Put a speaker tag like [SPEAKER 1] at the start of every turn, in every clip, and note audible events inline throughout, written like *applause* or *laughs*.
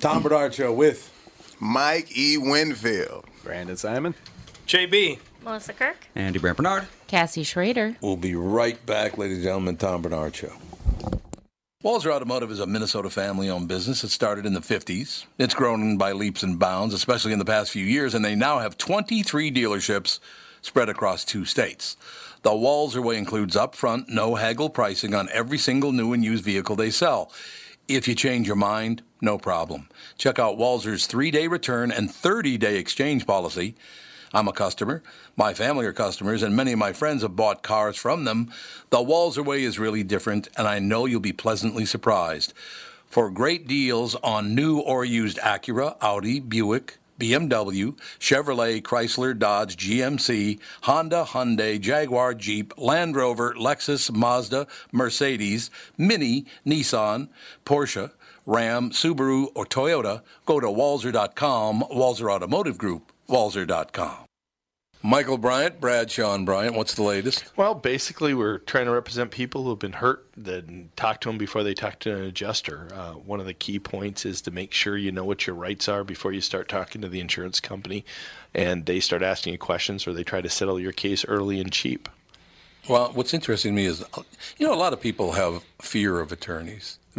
[SPEAKER 1] Tom Bernard Show with
[SPEAKER 2] Mike E. Winfield.
[SPEAKER 3] Brandon Simon.
[SPEAKER 4] JB.
[SPEAKER 5] Melissa Kirk.
[SPEAKER 3] Andy Brand Bernard.
[SPEAKER 5] Cassie Schrader.
[SPEAKER 1] We'll be right back, ladies and gentlemen. Tom Bernard Show.
[SPEAKER 6] Walzer Automotive is a Minnesota family owned business that started in the 50s. It's grown by leaps and bounds, especially in the past few years, and they now have 23 dealerships spread across two states. The Walzer way includes upfront, no haggle pricing on every single new and used vehicle they sell. If you change your mind, no problem. Check out Walzer's three day return and 30 day exchange policy. I'm a customer, my family are customers, and many of my friends have bought cars from them. The Walzer way is really different, and I know you'll be pleasantly surprised. For great deals on new or used Acura, Audi, Buick, BMW, Chevrolet, Chrysler, Dodge, GMC, Honda, Hyundai, Jaguar, Jeep, Land Rover, Lexus, Mazda, Mercedes, Mini, Nissan, Porsche, Ram, Subaru, or Toyota, go to Walzer.com, Walzer Automotive Group, Walzer.com. Michael Bryant, Brad Sean Bryant, what's the latest?
[SPEAKER 7] Well, basically, we're trying to represent people who have been hurt. Then talk to them before they talk to an adjuster. Uh, one of the key points is to make sure you know what your rights are before you start talking to the insurance company, and they start asking you questions or they try to settle your case early and cheap.
[SPEAKER 6] Well, what's interesting to me is, you know, a lot of people have fear of attorneys. It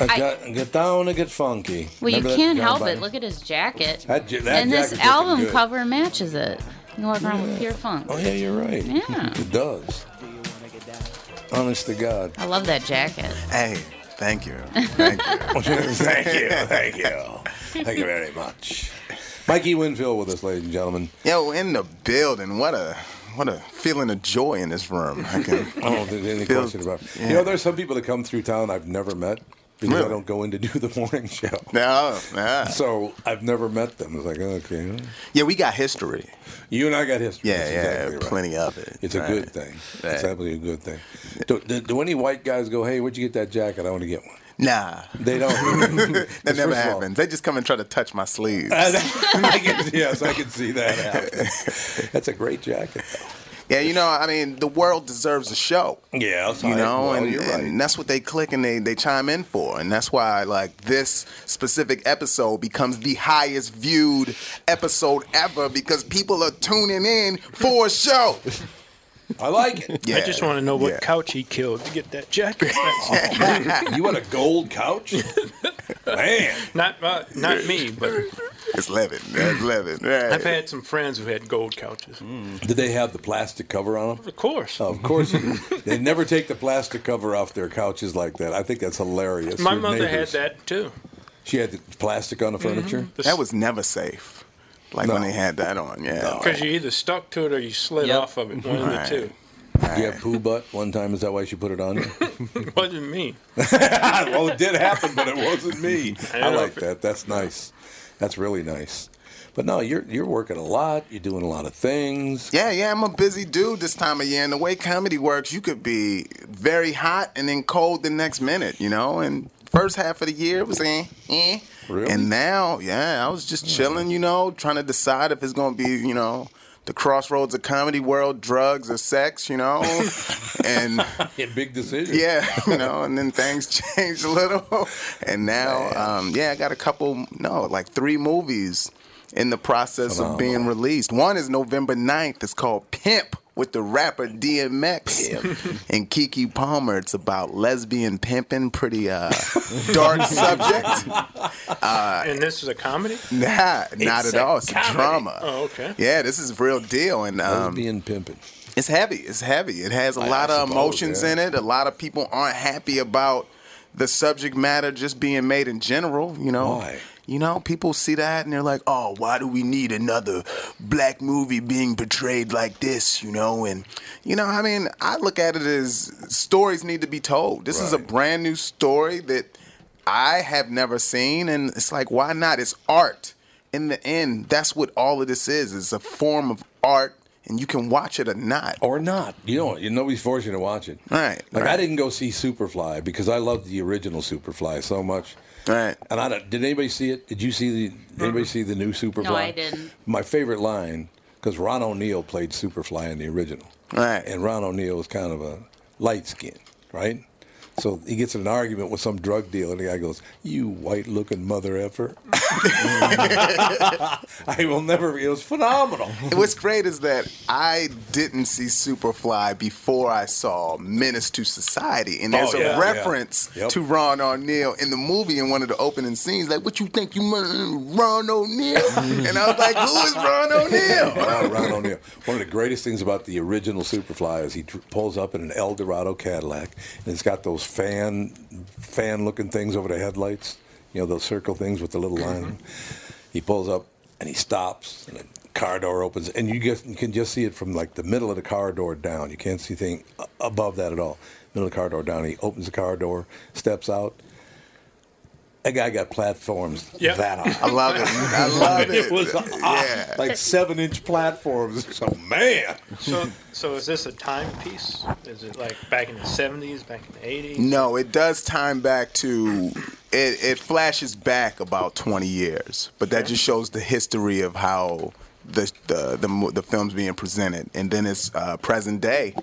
[SPEAKER 6] I
[SPEAKER 5] I-
[SPEAKER 6] got get down and get funky.
[SPEAKER 5] Well,
[SPEAKER 6] Remember
[SPEAKER 5] you
[SPEAKER 6] that
[SPEAKER 5] can't
[SPEAKER 6] John
[SPEAKER 5] help
[SPEAKER 6] Bonham?
[SPEAKER 5] it. Look at his jacket.
[SPEAKER 6] That ja- that
[SPEAKER 5] and this
[SPEAKER 6] jacket's looking
[SPEAKER 5] album
[SPEAKER 6] good.
[SPEAKER 5] cover matches it. You can walk around with pure funk.
[SPEAKER 6] Oh yeah, you're right.
[SPEAKER 5] Yeah.
[SPEAKER 6] It does. Honest to God.
[SPEAKER 5] I love that jacket.
[SPEAKER 2] Hey,
[SPEAKER 5] *laughs*
[SPEAKER 2] thank you. Thank you.
[SPEAKER 6] *laughs* thank you, thank you, thank you very much. Mikey E. Winfield with us, ladies and gentlemen.
[SPEAKER 2] Yo, in the building. What a what a feeling of joy in this room. Um, I can
[SPEAKER 6] *laughs* I don't think there's any
[SPEAKER 2] Feels-
[SPEAKER 6] question about. It.
[SPEAKER 2] yeah.
[SPEAKER 6] You know, there's some people that come through town I've never met because I
[SPEAKER 2] Really?
[SPEAKER 6] don't go in to do the morning *laughs* show.
[SPEAKER 2] no, yeah.
[SPEAKER 6] So I've never met them. It's like okay,
[SPEAKER 2] Ah. yeah, we got history.
[SPEAKER 6] you and I got history.
[SPEAKER 2] Yeah,
[SPEAKER 6] That's
[SPEAKER 2] yeah,
[SPEAKER 6] exactly right.
[SPEAKER 2] plenty of it.
[SPEAKER 6] It's a
[SPEAKER 2] Right.
[SPEAKER 6] good thing.
[SPEAKER 2] Right.
[SPEAKER 6] It's absolutely a good thing. Do, do, do any white guys go, hey, where'd you get that jacket? I want to get one.
[SPEAKER 2] Nah,
[SPEAKER 6] They don't.
[SPEAKER 2] *laughs* that
[SPEAKER 6] *laughs* Because
[SPEAKER 2] never
[SPEAKER 6] first of all-
[SPEAKER 2] happens. they just come and try to touch my sleeves.
[SPEAKER 6] I can, yes, I can see that happen. *laughs* That's a
[SPEAKER 2] *laughs*
[SPEAKER 6] great jacket, though.
[SPEAKER 2] yeah, you know, I mean, the world deserves a show.
[SPEAKER 6] Yeah,
[SPEAKER 2] you know, and,
[SPEAKER 6] you're
[SPEAKER 2] and
[SPEAKER 6] right.
[SPEAKER 2] that's what they click and they, they chime in for, and that's why like this specific episode becomes the highest viewed episode ever because people are tuning in for a show.
[SPEAKER 6] I like it.
[SPEAKER 2] Yeah,
[SPEAKER 4] I just want to know what
[SPEAKER 2] yeah.
[SPEAKER 4] couch he killed to get that jacket.
[SPEAKER 2] *laughs*
[SPEAKER 4] That's
[SPEAKER 6] You want a gold couch? Man.
[SPEAKER 2] *laughs*
[SPEAKER 4] not uh, not me, but
[SPEAKER 2] It's Levin. That's Levin. Right.
[SPEAKER 4] I've had some friends who had gold couches.
[SPEAKER 6] Did they have the plastic cover on them?
[SPEAKER 4] Of course.
[SPEAKER 6] Of
[SPEAKER 4] *laughs*
[SPEAKER 6] course, you- they never take the plastic cover off their couches like that. I think that's hilarious.
[SPEAKER 4] My
[SPEAKER 6] Your
[SPEAKER 4] mother
[SPEAKER 6] neighbors-
[SPEAKER 4] had that too.
[SPEAKER 6] She had the plastic on the furniture.
[SPEAKER 4] The
[SPEAKER 2] That was never safe. Like when they had that on, Oh, yeah.
[SPEAKER 4] Because you either stuck to it or you slid
[SPEAKER 8] Yep.
[SPEAKER 4] off of it. One
[SPEAKER 2] Right.
[SPEAKER 4] of the
[SPEAKER 6] You had poo butt one time. Is that why she put it on? you?
[SPEAKER 4] two. *laughs* It wasn't
[SPEAKER 2] *laughs*
[SPEAKER 4] me.
[SPEAKER 6] well, it did happen, but it wasn't me. I,
[SPEAKER 4] know.
[SPEAKER 6] like that. That's nice.
[SPEAKER 4] *laughs*
[SPEAKER 6] That's really nice. But no, you're you're working a lot. You're doing a lot of things.
[SPEAKER 2] Yeah, yeah, I'm a busy dude this time of year. And the way comedy works, you could be very hot and then cold the next minute, you know? And first half of the year it was eh, eh.
[SPEAKER 6] Really?
[SPEAKER 2] And now, yeah, I was just chilling, you know, trying to decide if it's going to be, you know, the crossroads of comedy world, drugs or sex, you
[SPEAKER 6] *laughs*
[SPEAKER 2] know? and
[SPEAKER 6] Yeah, big decisions.
[SPEAKER 2] yeah, *laughs*
[SPEAKER 6] *laughs*
[SPEAKER 2] you know, and then things *laughs* changed a little. And now, um, yeah, I got a couple, no, like three movies in the process of being released. One is November 9th. It's called Pimp with the rapper DMX *laughs* and Kiki Palmer. It's about lesbian pimping, pretty
[SPEAKER 6] *laughs*
[SPEAKER 2] uh,
[SPEAKER 4] *laughs*
[SPEAKER 2] dark subject. Uh,
[SPEAKER 4] And this is a comedy?
[SPEAKER 2] Nah, not at all. It's a drama.
[SPEAKER 4] Oh, okay.
[SPEAKER 2] Yeah, this is real deal. And um,
[SPEAKER 6] Lesbian pimping.
[SPEAKER 2] it's heavy. It's heavy. It has a lot of
[SPEAKER 6] suppose,
[SPEAKER 2] emotions
[SPEAKER 6] yeah.
[SPEAKER 2] in it. A lot of people aren't happy about the subject matter just being made in general. You know.
[SPEAKER 6] Why?
[SPEAKER 2] You know, people see that and they're like, "Oh, why do we need another black movie being portrayed like this?" You know, and you know, I mean, I look at it as stories need to be told. This is a
[SPEAKER 6] Right.
[SPEAKER 2] brand new story that I have never seen, and it's like, why not? It's art. In the end, that's what all of this is. It's a form of art, and you can watch it or not.
[SPEAKER 6] or not. You know, you nobody's forcing you to watch it.
[SPEAKER 2] Right,
[SPEAKER 6] Like I
[SPEAKER 2] right.
[SPEAKER 6] didn't go see Superfly because I loved the original Superfly so much.
[SPEAKER 2] Right.
[SPEAKER 6] And I don't, did anybody see it? Did you see the did anybody see the new Superfly?
[SPEAKER 5] I didn't.
[SPEAKER 6] My favorite line because Ron O'Neill played Superfly in the original.
[SPEAKER 2] Right.
[SPEAKER 6] And Ron O'Neill was kind of a light skin, right? So he gets in an argument with some drug dealer, and the guy goes, "You white-looking mother effer." *laughs* I will never. It was phenomenal.
[SPEAKER 2] *laughs* What's great is that I didn't see Superfly before I saw Menace to Society, and there's
[SPEAKER 6] Oh, yeah,
[SPEAKER 2] a reference
[SPEAKER 6] yeah. Yep.
[SPEAKER 2] to Ron O'Neill in the movie in one of the opening scenes. Like, what you think you murdering Ron
[SPEAKER 6] *laughs*
[SPEAKER 2] O'Neill? and I was like, who is Ron O'Neill?
[SPEAKER 6] Oh, Ron O'Neill. One of the greatest things about the original Superfly is he dr- pulls up in an El Dorado Cadillac, and it's got those fan, fan-looking things over the headlights. You know those circle things with the little
[SPEAKER 2] Mm-hmm.
[SPEAKER 6] line. He pulls up and he stops, and the car door opens, and you just you can just see it from like the middle of the car door down. You can't see anything a- above that at all. Middle of the car door down. He opens the car door, steps out. That guy got platforms
[SPEAKER 4] Yep.
[SPEAKER 6] that high
[SPEAKER 2] I love it.
[SPEAKER 4] *laughs*
[SPEAKER 2] I love it.
[SPEAKER 6] *laughs* it was uh,
[SPEAKER 2] yeah.
[SPEAKER 6] like seven inch platforms. So man,
[SPEAKER 4] So, so is this a timepiece? Is it like back in the 70s, back in the 80s?
[SPEAKER 2] No, it does time back to it, it flashes back about 20 years, but that just shows the history of how the the the, mo- the film's being presented, and then it's uh, present day,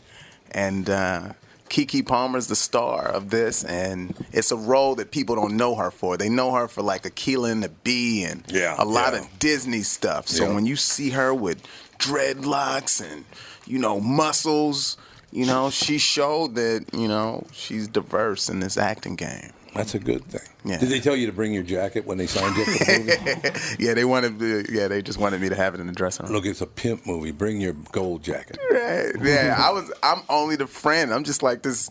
[SPEAKER 2] and. Uh, Kiki Palmer's the star of this, and it's a role that people don't know her for. They know her for like Aquila and the Bee and
[SPEAKER 6] Yeah,
[SPEAKER 2] a lot
[SPEAKER 6] yeah.
[SPEAKER 2] of Disney stuff. So
[SPEAKER 6] Yeah.
[SPEAKER 2] when you see her with dreadlocks and you know muscles, you know she showed that you know she's diverse in this acting game.
[SPEAKER 6] that's a good thing.
[SPEAKER 2] Yeah.
[SPEAKER 6] Did they tell you to bring your jacket when they signed you up for the movie?
[SPEAKER 2] *laughs* yeah, they wanted. To, yeah, they just wanted me to have it in the dressing room.
[SPEAKER 6] Look, it's a pimp movie. Bring your gold jacket.
[SPEAKER 2] *laughs* Right.
[SPEAKER 6] *laughs*
[SPEAKER 2] Yeah, I was. I'm only the friend. I'm just like this.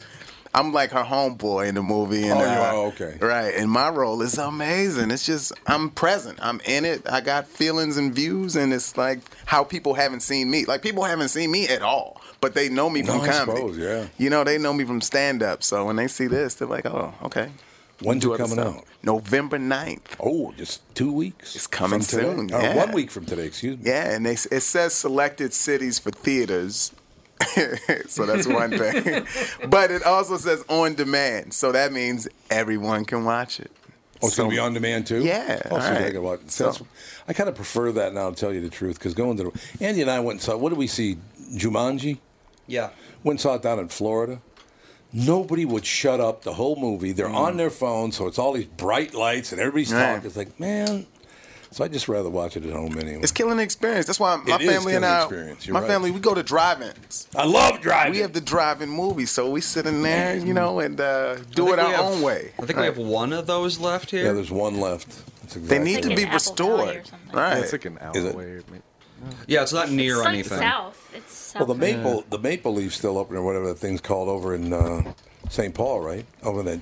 [SPEAKER 2] I'm like her homeboy in the movie. And,
[SPEAKER 6] Oh, you
[SPEAKER 2] uh,
[SPEAKER 6] are? Okay.
[SPEAKER 2] Right, and my role is amazing. It's just I'm present. I'm in it. I got feelings and views, and it's like how people haven't seen me. Like people haven't seen me at all, but they know me
[SPEAKER 6] No,
[SPEAKER 2] from
[SPEAKER 6] I
[SPEAKER 2] comedy.
[SPEAKER 6] suppose, yeah.
[SPEAKER 2] You know, they know me from stand up. So when they see this, they're like, oh, okay.
[SPEAKER 6] When's
[SPEAKER 2] Do
[SPEAKER 6] it coming
[SPEAKER 2] episode.
[SPEAKER 6] out?
[SPEAKER 2] November 9th.
[SPEAKER 6] Oh, just two weeks.
[SPEAKER 2] It's coming
[SPEAKER 6] from today?
[SPEAKER 2] soon,
[SPEAKER 6] Or
[SPEAKER 2] yeah.
[SPEAKER 6] one week from today. Excuse me.
[SPEAKER 2] Yeah, and they, it says selected cities for theaters. *laughs* so that's one thing. *laughs* but it also says on demand. So that means everyone can watch it.
[SPEAKER 6] Oh, it's gonna be on demand too.
[SPEAKER 2] Yeah,
[SPEAKER 6] Oh, so
[SPEAKER 2] all
[SPEAKER 6] they
[SPEAKER 2] right.
[SPEAKER 6] can watch. So that's-
[SPEAKER 2] So-
[SPEAKER 6] I kind of prefer that now. To tell you the truth, because going to the, Andy and I went and saw. What did we see? Jumanji.
[SPEAKER 8] Yeah.
[SPEAKER 6] Went and saw it down in Florida. Nobody would shut up the whole movie. They're on their phone, so it's all these bright lights and everybody's
[SPEAKER 2] Mm. Right.
[SPEAKER 6] talking. It's like, man. So I'd just rather watch it at home anyway.
[SPEAKER 2] It's killing the experience. That's why my
[SPEAKER 6] It is
[SPEAKER 2] family
[SPEAKER 6] killing
[SPEAKER 2] and
[SPEAKER 6] the
[SPEAKER 2] I,
[SPEAKER 6] experience. You're
[SPEAKER 2] my
[SPEAKER 6] right.
[SPEAKER 2] family, we go to drive-ins.
[SPEAKER 6] I love driving.
[SPEAKER 2] We have the drive-in movie, so we sit in there, you know, and uh,
[SPEAKER 8] I
[SPEAKER 2] do it
[SPEAKER 8] think
[SPEAKER 2] our
[SPEAKER 8] we have-
[SPEAKER 2] own way.
[SPEAKER 8] I think we have one of those left here.
[SPEAKER 6] yeah, there's one left. That's
[SPEAKER 2] They need
[SPEAKER 6] exactly
[SPEAKER 2] to
[SPEAKER 6] right.
[SPEAKER 2] be
[SPEAKER 8] an apple pie or
[SPEAKER 2] restored,
[SPEAKER 8] something.
[SPEAKER 2] right?
[SPEAKER 9] It's like an hour
[SPEAKER 6] Is it-
[SPEAKER 9] away.
[SPEAKER 10] Yeah, it's not near
[SPEAKER 8] It's like
[SPEAKER 10] anything.
[SPEAKER 8] south. It's south.
[SPEAKER 6] Well, the maple, the maple leaf's still open or whatever that thing's called over in uh, St. Paul, right? Over that,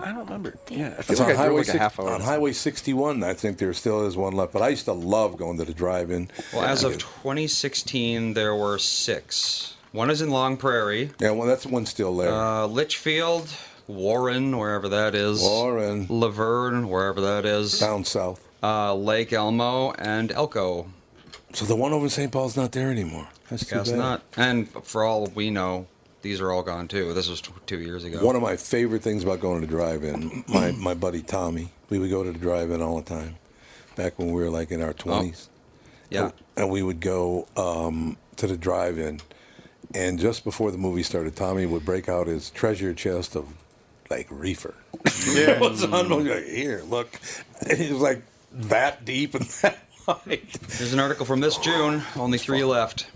[SPEAKER 9] I don't remember. Yeah, I feel like
[SPEAKER 6] it's on
[SPEAKER 9] I drove
[SPEAKER 6] highway
[SPEAKER 9] like a
[SPEAKER 6] six-
[SPEAKER 9] half hour.
[SPEAKER 6] on Highway 61. I think there still is one left, but I used to love going to the drive-in.
[SPEAKER 10] Well, as of 2016, there were six. One is in Long Prairie,
[SPEAKER 6] yeah, well, that's one still there.
[SPEAKER 10] uh, Litchfield, Warren, wherever that is,
[SPEAKER 6] Warren.
[SPEAKER 10] Laverne, wherever that is,
[SPEAKER 6] down south.
[SPEAKER 10] uh, Lake Elmo, and Elko.
[SPEAKER 6] So the one over in St. Paul's not there anymore. That's too
[SPEAKER 10] Guess
[SPEAKER 6] bad.
[SPEAKER 10] not. And for all we know, these are all gone too. This was tw- two years ago.
[SPEAKER 6] One of my favorite things about going to the drive-in, my my buddy Tommy, we would go to the drive-in all the time, back when we were like in our twenties.
[SPEAKER 10] yeah.
[SPEAKER 6] and we would go um, to the drive-in, and just before the movie started, Tommy would break out his treasure chest of like reefer. *laughs* it was unbelievable. Like, Here, look, *laughs* and it was like that deep and that *laughs* wide.
[SPEAKER 10] Here's an article from this June. Only three left.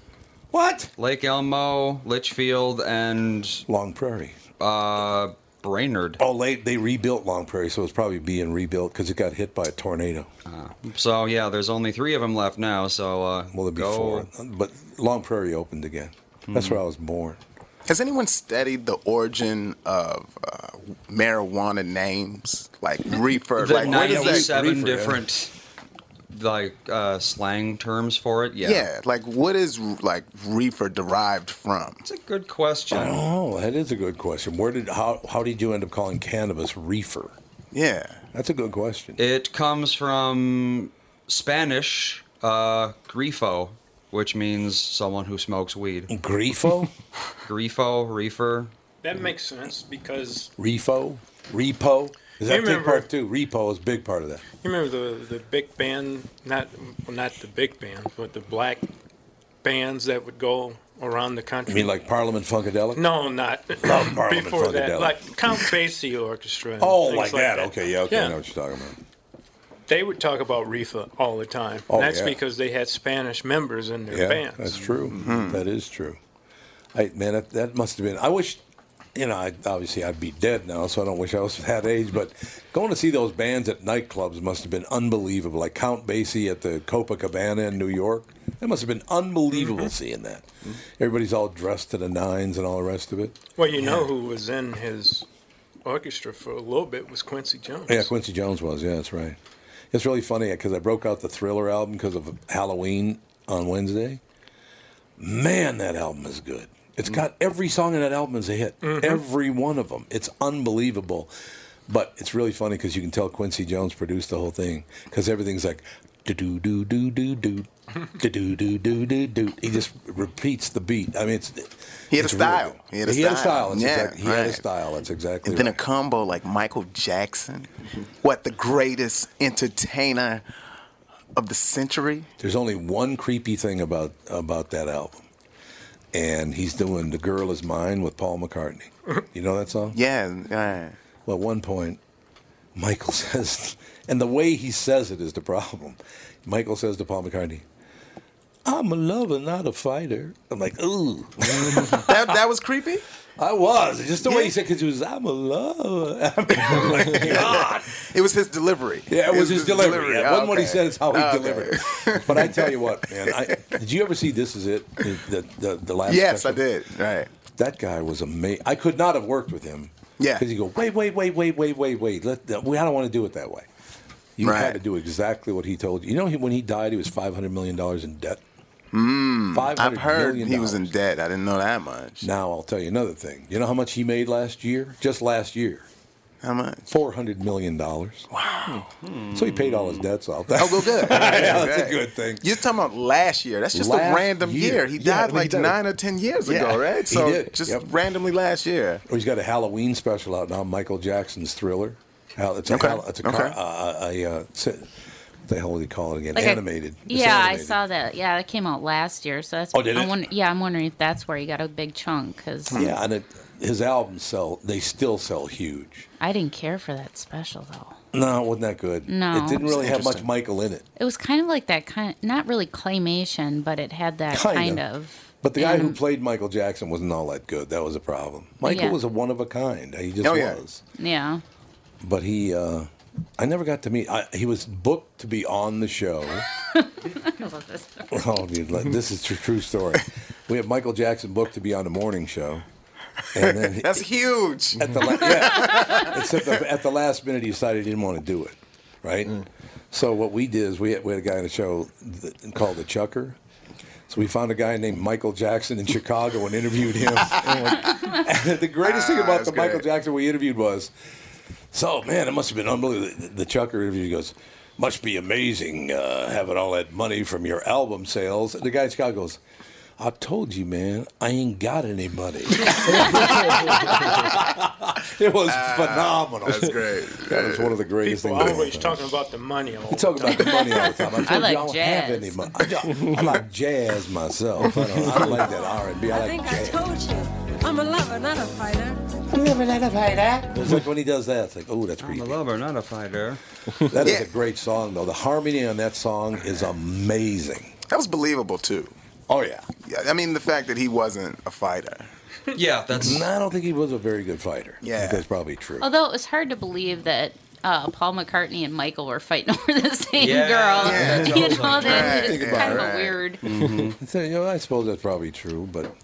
[SPEAKER 6] What?
[SPEAKER 10] Lake Elmo, Litchfield, and
[SPEAKER 6] Long Prairie.
[SPEAKER 10] uh, Brainerd.
[SPEAKER 6] Oh, late they rebuilt Long Prairie, so it's probably being rebuilt because it got hit by a tornado.
[SPEAKER 10] Ah. So yeah, there's only three of them left now. So uh,
[SPEAKER 6] Well, there'd be
[SPEAKER 10] go.
[SPEAKER 6] four. But Long Prairie opened again. That's where I was born.
[SPEAKER 2] Has anyone studied the origin of uh, marijuana names like reefer?
[SPEAKER 10] The
[SPEAKER 2] like where does that-
[SPEAKER 10] 97
[SPEAKER 6] reefer, yeah?
[SPEAKER 10] different like uh, slang terms for it. Yeah.
[SPEAKER 2] yeah. like what is like reefer derived from?
[SPEAKER 10] It's a good question.
[SPEAKER 6] Oh, that is a good question. Where did how how did you end up calling cannabis reefer?
[SPEAKER 2] Yeah,
[SPEAKER 6] That's a good question.
[SPEAKER 10] It comes from Spanish uh, grifo, which means someone who smokes weed.
[SPEAKER 6] Grifo,
[SPEAKER 10] *laughs* Grifo, reefer.
[SPEAKER 4] That makes sense because
[SPEAKER 6] refo, repo. Is that
[SPEAKER 4] You
[SPEAKER 6] big
[SPEAKER 4] remember-
[SPEAKER 6] part too? Repo is a big part of that.
[SPEAKER 4] you remember the the big band, not well, not the big band, but the black bands that would go around the country.
[SPEAKER 6] I mean, like Parliament Funkadelic.
[SPEAKER 4] No,
[SPEAKER 6] *clears throat*
[SPEAKER 4] not
[SPEAKER 6] Parliament
[SPEAKER 4] before that.
[SPEAKER 6] Funkadelic.
[SPEAKER 4] Like Count Basie Orchestra. and
[SPEAKER 6] Oh,
[SPEAKER 4] things
[SPEAKER 6] like, that. Okay, yeah, okay, I
[SPEAKER 4] Yeah.
[SPEAKER 6] know what you're talking about.
[SPEAKER 4] They would talk about Rifa all the time.
[SPEAKER 6] Oh,
[SPEAKER 4] that's
[SPEAKER 6] yeah.
[SPEAKER 4] because they had Spanish members in their
[SPEAKER 6] Yeah,
[SPEAKER 4] bands.
[SPEAKER 6] that's true. That is true. I man, that, that must have been. I wish, you know, I, obviously I'd be dead now, so I don't wish I was *laughs* that age. But going to see those bands at nightclubs must have been unbelievable. Like Count Basie at the Copacabana in New York, that must have been unbelievable
[SPEAKER 4] Mm-hmm.
[SPEAKER 6] seeing that. Everybody's all dressed to the nines and all the rest of it.
[SPEAKER 4] Well, you know who was in his orchestra for a little bit was Quincy Jones.
[SPEAKER 6] Yeah, Quincy Jones was. Yeah, that's right. It's really funny because I broke out the Thriller album because of Halloween on Wednesday. Man, that album is good. It's got every song in that album is a hit. Every one of them. It's unbelievable. But it's really funny because you can tell Quincy Jones produced the whole thing because everything's like do do do do do do do do do do do do. He just repeats the beat. I mean, it's
[SPEAKER 2] He had a
[SPEAKER 6] it's really
[SPEAKER 2] style.
[SPEAKER 6] good.
[SPEAKER 2] He had a
[SPEAKER 6] style.
[SPEAKER 2] style.
[SPEAKER 6] That's
[SPEAKER 2] Yeah,
[SPEAKER 6] exact- he had a
[SPEAKER 2] right.
[SPEAKER 6] style. That's exactly.
[SPEAKER 2] and then a
[SPEAKER 6] right.
[SPEAKER 2] combo like Michael Jackson, what the greatest entertainer of the century?
[SPEAKER 6] There's only one creepy thing about about that album, and he's doing "The Girl Is Mine" with Paul McCartney. You know that song?
[SPEAKER 2] Yeah, yeah.
[SPEAKER 6] Well, at one point, Michael *laughs* says, and the way he says it is the problem. Michael says to Paul McCartney, "I'm a lover, not a fighter." I'm like, ooh,
[SPEAKER 2] *laughs* that that was creepy.
[SPEAKER 6] I was just the way he
[SPEAKER 2] Yeah.
[SPEAKER 6] said because he was, "I'm a lover." *laughs* I mean, I'm
[SPEAKER 2] *laughs*
[SPEAKER 6] like, God.
[SPEAKER 2] It was his delivery.
[SPEAKER 6] Yeah, it was his delivery. It wasn't what he
[SPEAKER 2] Okay.
[SPEAKER 6] said; it's how he
[SPEAKER 2] Okay.
[SPEAKER 6] delivered. it. *laughs* But I tell you what,
[SPEAKER 2] *laughs*
[SPEAKER 6] man. I, did you ever see "This Is It"? The the, the last.
[SPEAKER 2] Yes,
[SPEAKER 6] special?
[SPEAKER 2] I did. Right.
[SPEAKER 6] That guy was amazing. I could not have worked with him.
[SPEAKER 2] Yeah.
[SPEAKER 6] Because you go, wait, wait, wait, wait, wait, wait, wait. Let, we, I don't want to do it that way. You
[SPEAKER 2] Right.
[SPEAKER 6] had to do exactly what he told you. You know, he, when he died, he was five hundred million dollars in debt. Mm, Five
[SPEAKER 2] Hmm. I've
[SPEAKER 6] hundred
[SPEAKER 2] heard
[SPEAKER 6] million.
[SPEAKER 2] he was in
[SPEAKER 6] dollars.
[SPEAKER 2] debt. I didn't know that much.
[SPEAKER 6] Now I'll tell you another thing. You know how much he made last year? Just last year,
[SPEAKER 2] How much?
[SPEAKER 6] four hundred million dollars. Wow. So he paid all his debts off.
[SPEAKER 2] Oh, well,
[SPEAKER 6] *laughs*
[SPEAKER 2] good.
[SPEAKER 6] Yeah, that's a
[SPEAKER 2] Right.
[SPEAKER 6] good thing.
[SPEAKER 2] You're talking about last year. That's just
[SPEAKER 6] Last
[SPEAKER 2] a random
[SPEAKER 6] year.
[SPEAKER 2] year. He
[SPEAKER 6] Yeah,
[SPEAKER 2] died
[SPEAKER 6] he
[SPEAKER 2] like
[SPEAKER 6] died.
[SPEAKER 2] nine or ten years
[SPEAKER 6] Yeah,
[SPEAKER 2] ago, right?
[SPEAKER 6] he
[SPEAKER 2] So
[SPEAKER 6] did.
[SPEAKER 2] just
[SPEAKER 6] Yep.
[SPEAKER 2] randomly last year.
[SPEAKER 6] Or he's got a Halloween special out now, Michael Jackson's Thriller. Hal- It's a,
[SPEAKER 2] Okay.
[SPEAKER 6] hal- it's a, car,
[SPEAKER 2] Okay.
[SPEAKER 6] uh, a, uh, si- what the hell would he call it again?
[SPEAKER 5] Like a-
[SPEAKER 6] animated. It's
[SPEAKER 5] yeah, I
[SPEAKER 6] animated.
[SPEAKER 5] saw that. Yeah, that came out last year. So that's.
[SPEAKER 6] Oh, did
[SPEAKER 5] I'm
[SPEAKER 6] it? Hmm.
[SPEAKER 5] wonder- yeah, I'm wondering if that's where he got a big chunk because
[SPEAKER 6] Yeah, and it, his albums sell, they still sell huge.
[SPEAKER 5] I didn't care for that special though.
[SPEAKER 6] No, it wasn't that good.
[SPEAKER 5] No.
[SPEAKER 6] It didn't really have much
[SPEAKER 2] Interesting.
[SPEAKER 6] Michael in it.
[SPEAKER 5] It was kind of like that kind, not really claymation, but it had that
[SPEAKER 6] Kinda.
[SPEAKER 5] kind, of.
[SPEAKER 6] But the guy who
[SPEAKER 5] anim-
[SPEAKER 6] played Michael Jackson wasn't all that good. That was a problem. Michael
[SPEAKER 5] Mm. Yeah.
[SPEAKER 6] was a one of a kind. He just
[SPEAKER 2] Oh, yeah.
[SPEAKER 6] was.
[SPEAKER 5] Yeah.
[SPEAKER 6] But he, uh, I never got to meet. I, he was booked to be on the show. *laughs*
[SPEAKER 5] I *laughs* love this.
[SPEAKER 6] Oh, dude, like, this is a true story. We had Michael Jackson booked to be on the morning show.
[SPEAKER 10] *laughs*
[SPEAKER 6] And
[SPEAKER 11] *laughs*
[SPEAKER 6] then he-
[SPEAKER 2] That's huge.
[SPEAKER 6] At the la-
[SPEAKER 2] *laughs*
[SPEAKER 6] yeah. Except the, at the last minute, he decided he didn't want to do it, right?
[SPEAKER 2] Mm.
[SPEAKER 6] So what we did is we had, we had a guy in the show that, called the Chucker. So we found a guy named Michael Jackson in Chicago and
[SPEAKER 2] *laughs*
[SPEAKER 6] interviewed him. And like- and the greatest thing
[SPEAKER 2] Ah,
[SPEAKER 6] about
[SPEAKER 2] that's
[SPEAKER 6] the Michael
[SPEAKER 2] great.
[SPEAKER 6] Jackson we interviewed was, so man, it must have been unbelievable. The, the Chucker interview goes, must be amazing uh, having all that money from your album sales. And the guy in Chicago goes. I told you, man, I ain't got any money. *laughs* It was
[SPEAKER 2] Ah,
[SPEAKER 6] phenomenal.
[SPEAKER 2] That's great.
[SPEAKER 6] That was one of the greatest
[SPEAKER 2] *laughs*
[SPEAKER 4] People
[SPEAKER 6] things. of all
[SPEAKER 4] always
[SPEAKER 6] time.
[SPEAKER 4] talking about the money all
[SPEAKER 6] We
[SPEAKER 4] the
[SPEAKER 6] talk about the money all the time. I, told
[SPEAKER 5] I
[SPEAKER 6] you
[SPEAKER 5] like
[SPEAKER 6] I don't
[SPEAKER 5] jazz.
[SPEAKER 6] have any money. I, don't- I like jazz myself. I don't, I don't like that R and B. I
[SPEAKER 8] I
[SPEAKER 6] like
[SPEAKER 8] think I
[SPEAKER 6] jazz.
[SPEAKER 8] told you. I'm a lover, not a fighter.
[SPEAKER 6] It's like when he does that. It's like, oh, that's
[SPEAKER 10] I'm
[SPEAKER 6] creepy.
[SPEAKER 10] a lover, not a fighter.
[SPEAKER 6] *laughs* That is
[SPEAKER 2] Yeah.
[SPEAKER 6] a great song though. The harmony on that song is amazing.
[SPEAKER 2] That was believable too.
[SPEAKER 6] Oh yeah.
[SPEAKER 2] Yeah, I mean the fact that he wasn't a fighter.
[SPEAKER 10] Yeah, that's
[SPEAKER 6] No, I don't think he was a very good fighter.
[SPEAKER 2] Yeah.
[SPEAKER 6] I think that's probably true.
[SPEAKER 5] Although it was hard to believe that uh, Paul McCartney and Michael were fighting *laughs* over the same
[SPEAKER 10] Yeah,
[SPEAKER 5] girl.
[SPEAKER 10] yeah,
[SPEAKER 5] you
[SPEAKER 10] totally.
[SPEAKER 5] know, that
[SPEAKER 2] Right,
[SPEAKER 5] it's
[SPEAKER 2] yeah,
[SPEAKER 5] kind of
[SPEAKER 2] right.
[SPEAKER 5] weird.
[SPEAKER 2] Mm-hmm.
[SPEAKER 6] So, you know, I suppose that's probably true, but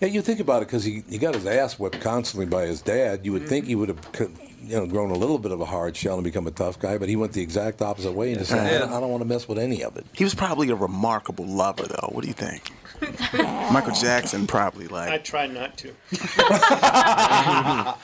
[SPEAKER 6] yeah, you think about it because he, he got his ass whipped constantly by his dad. You would think he would have co- you know grown a little bit of a hard shell and become a tough guy, but he went the exact opposite way and decided I, don't, I don't want to mess with any of it.
[SPEAKER 2] He was probably a remarkable lover though. What do you think?
[SPEAKER 12] *laughs*
[SPEAKER 2] Michael Jackson probably
[SPEAKER 4] I *laughs*
[SPEAKER 2] like
[SPEAKER 4] try not to.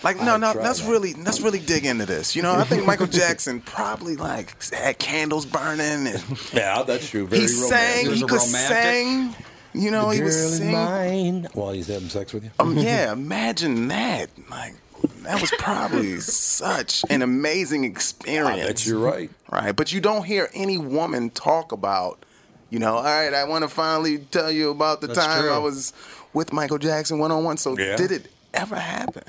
[SPEAKER 2] like no no
[SPEAKER 6] try
[SPEAKER 2] let's
[SPEAKER 6] that.
[SPEAKER 2] really let's really dig into this. You know, I think
[SPEAKER 6] *laughs*
[SPEAKER 2] Michael Jackson probably like had candles burning and
[SPEAKER 6] Yeah, that's true. Very
[SPEAKER 2] he sang,
[SPEAKER 10] It was
[SPEAKER 2] he
[SPEAKER 10] a
[SPEAKER 2] could
[SPEAKER 10] romantic-
[SPEAKER 2] sing. You know, he was singing. *laughs*
[SPEAKER 6] mine. While he's having sex with you.
[SPEAKER 2] Um, yeah, imagine that. Like that was
[SPEAKER 6] *laughs*
[SPEAKER 2] probably such an amazing
[SPEAKER 6] I
[SPEAKER 2] experience.
[SPEAKER 6] bet you're right.
[SPEAKER 2] Right, but you don't hear any woman talk about, you know, all right, I want to finally tell you about the
[SPEAKER 10] That's
[SPEAKER 2] time
[SPEAKER 10] true.
[SPEAKER 2] I was with Michael Jackson one on one. So
[SPEAKER 6] Yeah.
[SPEAKER 2] did it ever happen?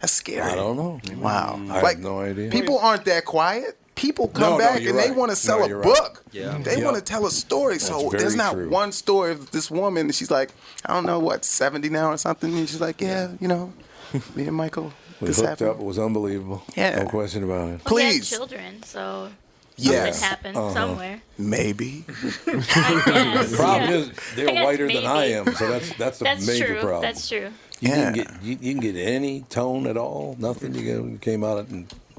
[SPEAKER 2] That's scary.
[SPEAKER 6] I don't know.
[SPEAKER 2] Wow.
[SPEAKER 6] I have no idea.
[SPEAKER 2] People aren't that quiet. People come
[SPEAKER 6] No, no,
[SPEAKER 2] back
[SPEAKER 6] you're
[SPEAKER 2] and they
[SPEAKER 6] right.
[SPEAKER 2] want to
[SPEAKER 6] No,
[SPEAKER 2] sell a
[SPEAKER 6] you're right.
[SPEAKER 2] book.
[SPEAKER 10] Yeah.
[SPEAKER 2] They
[SPEAKER 6] Yeah.
[SPEAKER 2] want to tell a story. so
[SPEAKER 6] That's
[SPEAKER 2] there's
[SPEAKER 6] very
[SPEAKER 2] not
[SPEAKER 6] true.
[SPEAKER 2] one story of this woman. She's like, I don't know what, 70 now or something. And she's like, yeah, you know, me and Michael,
[SPEAKER 6] We
[SPEAKER 2] this
[SPEAKER 6] hooked
[SPEAKER 2] happened.
[SPEAKER 6] up. It was unbelievable.
[SPEAKER 2] Yeah.
[SPEAKER 6] No question about it.
[SPEAKER 2] Please.
[SPEAKER 12] We had children, so
[SPEAKER 2] Yeah.
[SPEAKER 12] something happened
[SPEAKER 6] Uh-huh.
[SPEAKER 12] somewhere.
[SPEAKER 2] Uh-huh. Maybe. *laughs*
[SPEAKER 12] I
[SPEAKER 6] *laughs*
[SPEAKER 12] guess,
[SPEAKER 6] The problem
[SPEAKER 12] yeah.
[SPEAKER 6] is
[SPEAKER 12] I
[SPEAKER 6] they're
[SPEAKER 12] guess
[SPEAKER 6] whiter than I
[SPEAKER 12] maybe.
[SPEAKER 6] am, so that's that's the
[SPEAKER 12] That's
[SPEAKER 6] major
[SPEAKER 12] true.
[SPEAKER 6] problem.
[SPEAKER 12] That's true.
[SPEAKER 6] You
[SPEAKER 2] Yeah.
[SPEAKER 6] didn't get you, you didn't get any tone at all. Nothing. You get- you came out at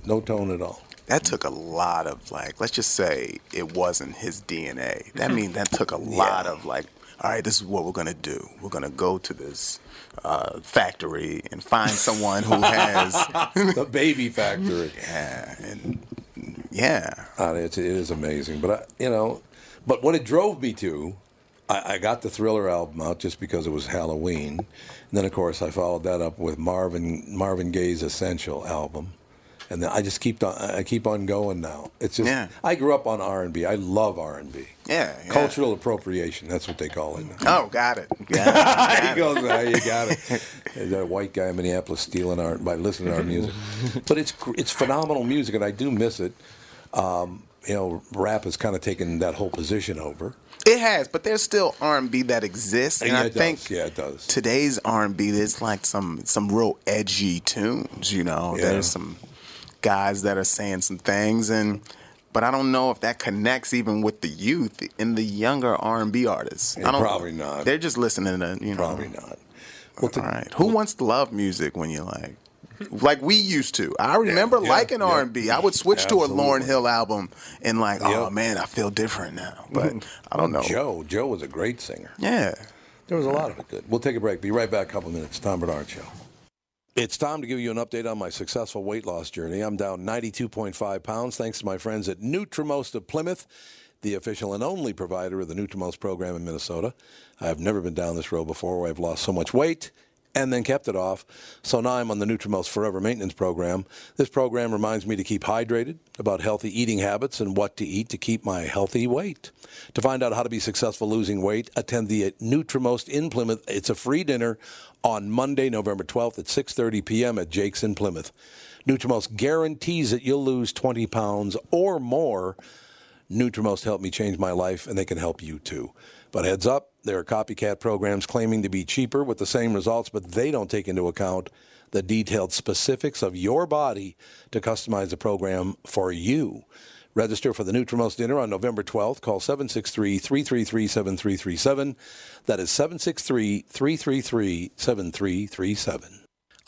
[SPEAKER 6] no tone at all.
[SPEAKER 2] That took a lot of like, let's just say it wasn't his DNA.
[SPEAKER 6] Mm-hmm.
[SPEAKER 2] That means that took a lot of like, all right, this is what we're gonna do. We're gonna go to this uh, factory and find someone who has,
[SPEAKER 6] *laughs* the baby factory.
[SPEAKER 2] *laughs* yeah, and yeah,
[SPEAKER 6] Uh, it's, it is amazing, but I, you know, but what it drove me to, I, I got the Thriller album out just because it was Halloween, and then of course I followed that up with Marvin Marvin Gaye's Essential album, and then I just keep on I keep on going now. It's just
[SPEAKER 2] Yeah.
[SPEAKER 6] I grew up on R and B. I love R and B.
[SPEAKER 2] yeah, yeah.
[SPEAKER 6] Cultural appropriation. That's what they call it. now. *laughs*
[SPEAKER 2] Oh, got it. Got it.
[SPEAKER 6] he goes, "Ah, you got it. There's that white guy in Minneapolis stealing our by listening to
[SPEAKER 2] *laughs*
[SPEAKER 6] our music, but it's gr- it's phenomenal music, and I do miss it. Um, you know, rap has kind of taken that whole position over.
[SPEAKER 2] It has, but there's still R&B that exists, and
[SPEAKER 6] yeah,
[SPEAKER 2] I
[SPEAKER 6] it
[SPEAKER 2] think
[SPEAKER 6] does. yeah, it does.
[SPEAKER 2] today's R&B there's like some some real edgy tunes, you know.
[SPEAKER 6] Yeah.
[SPEAKER 2] There's some guys that are saying some things and but I don't know if that connects even with the youth and the younger R&B artists.
[SPEAKER 6] Yeah,
[SPEAKER 2] I don't,
[SPEAKER 6] probably not.
[SPEAKER 2] They're just listening to, you know.
[SPEAKER 6] Probably not. Well, to-
[SPEAKER 2] All right. Who wants to love music when you like like we used to. I remember
[SPEAKER 6] yeah,
[SPEAKER 2] liking
[SPEAKER 6] yeah.
[SPEAKER 2] R&B. I would switch to a Lauren
[SPEAKER 6] Absolutely.
[SPEAKER 2] Hill album and like,
[SPEAKER 6] Yeah.
[SPEAKER 2] oh man, I feel different now.
[SPEAKER 6] *laughs*
[SPEAKER 2] But I don't know.
[SPEAKER 6] Joe, Joe was a great singer.
[SPEAKER 2] Yeah.
[SPEAKER 6] There was a lot of it good. We'll take a break. Be right back. A couple minutes. Tom Bernard Show. It's time to give you an update on my successful weight loss journey. I'm down 92.5 pounds thanks to my friends at Nutrimost of Plymouth, the official and only provider of the Nutrimost program in Minnesota. I've never been down this road before where I've lost so much weight and then kept it off. So now I'm on the Nutrimost Forever Maintenance Program. This program reminds me to keep hydrated, about healthy eating habits, and what to eat to keep my healthy weight. To find out how to be successful losing weight, attend the Nutrimost in Plymouth. It's a free dinner on Monday, November 12th at 6:30 p.m. at Jake's in Plymouth. Nutrimost guarantees that you'll lose 20 pounds or more. Nutrimost helped me change my life, and they can help you too. But heads up, there are copycat programs claiming to be cheaper with the same results, but they don't take into account the detailed specifics of your body to customize the program for you. Register for the Nutrimost dinner on November 12th. Call 763 333 7337. That is 763 333 7337.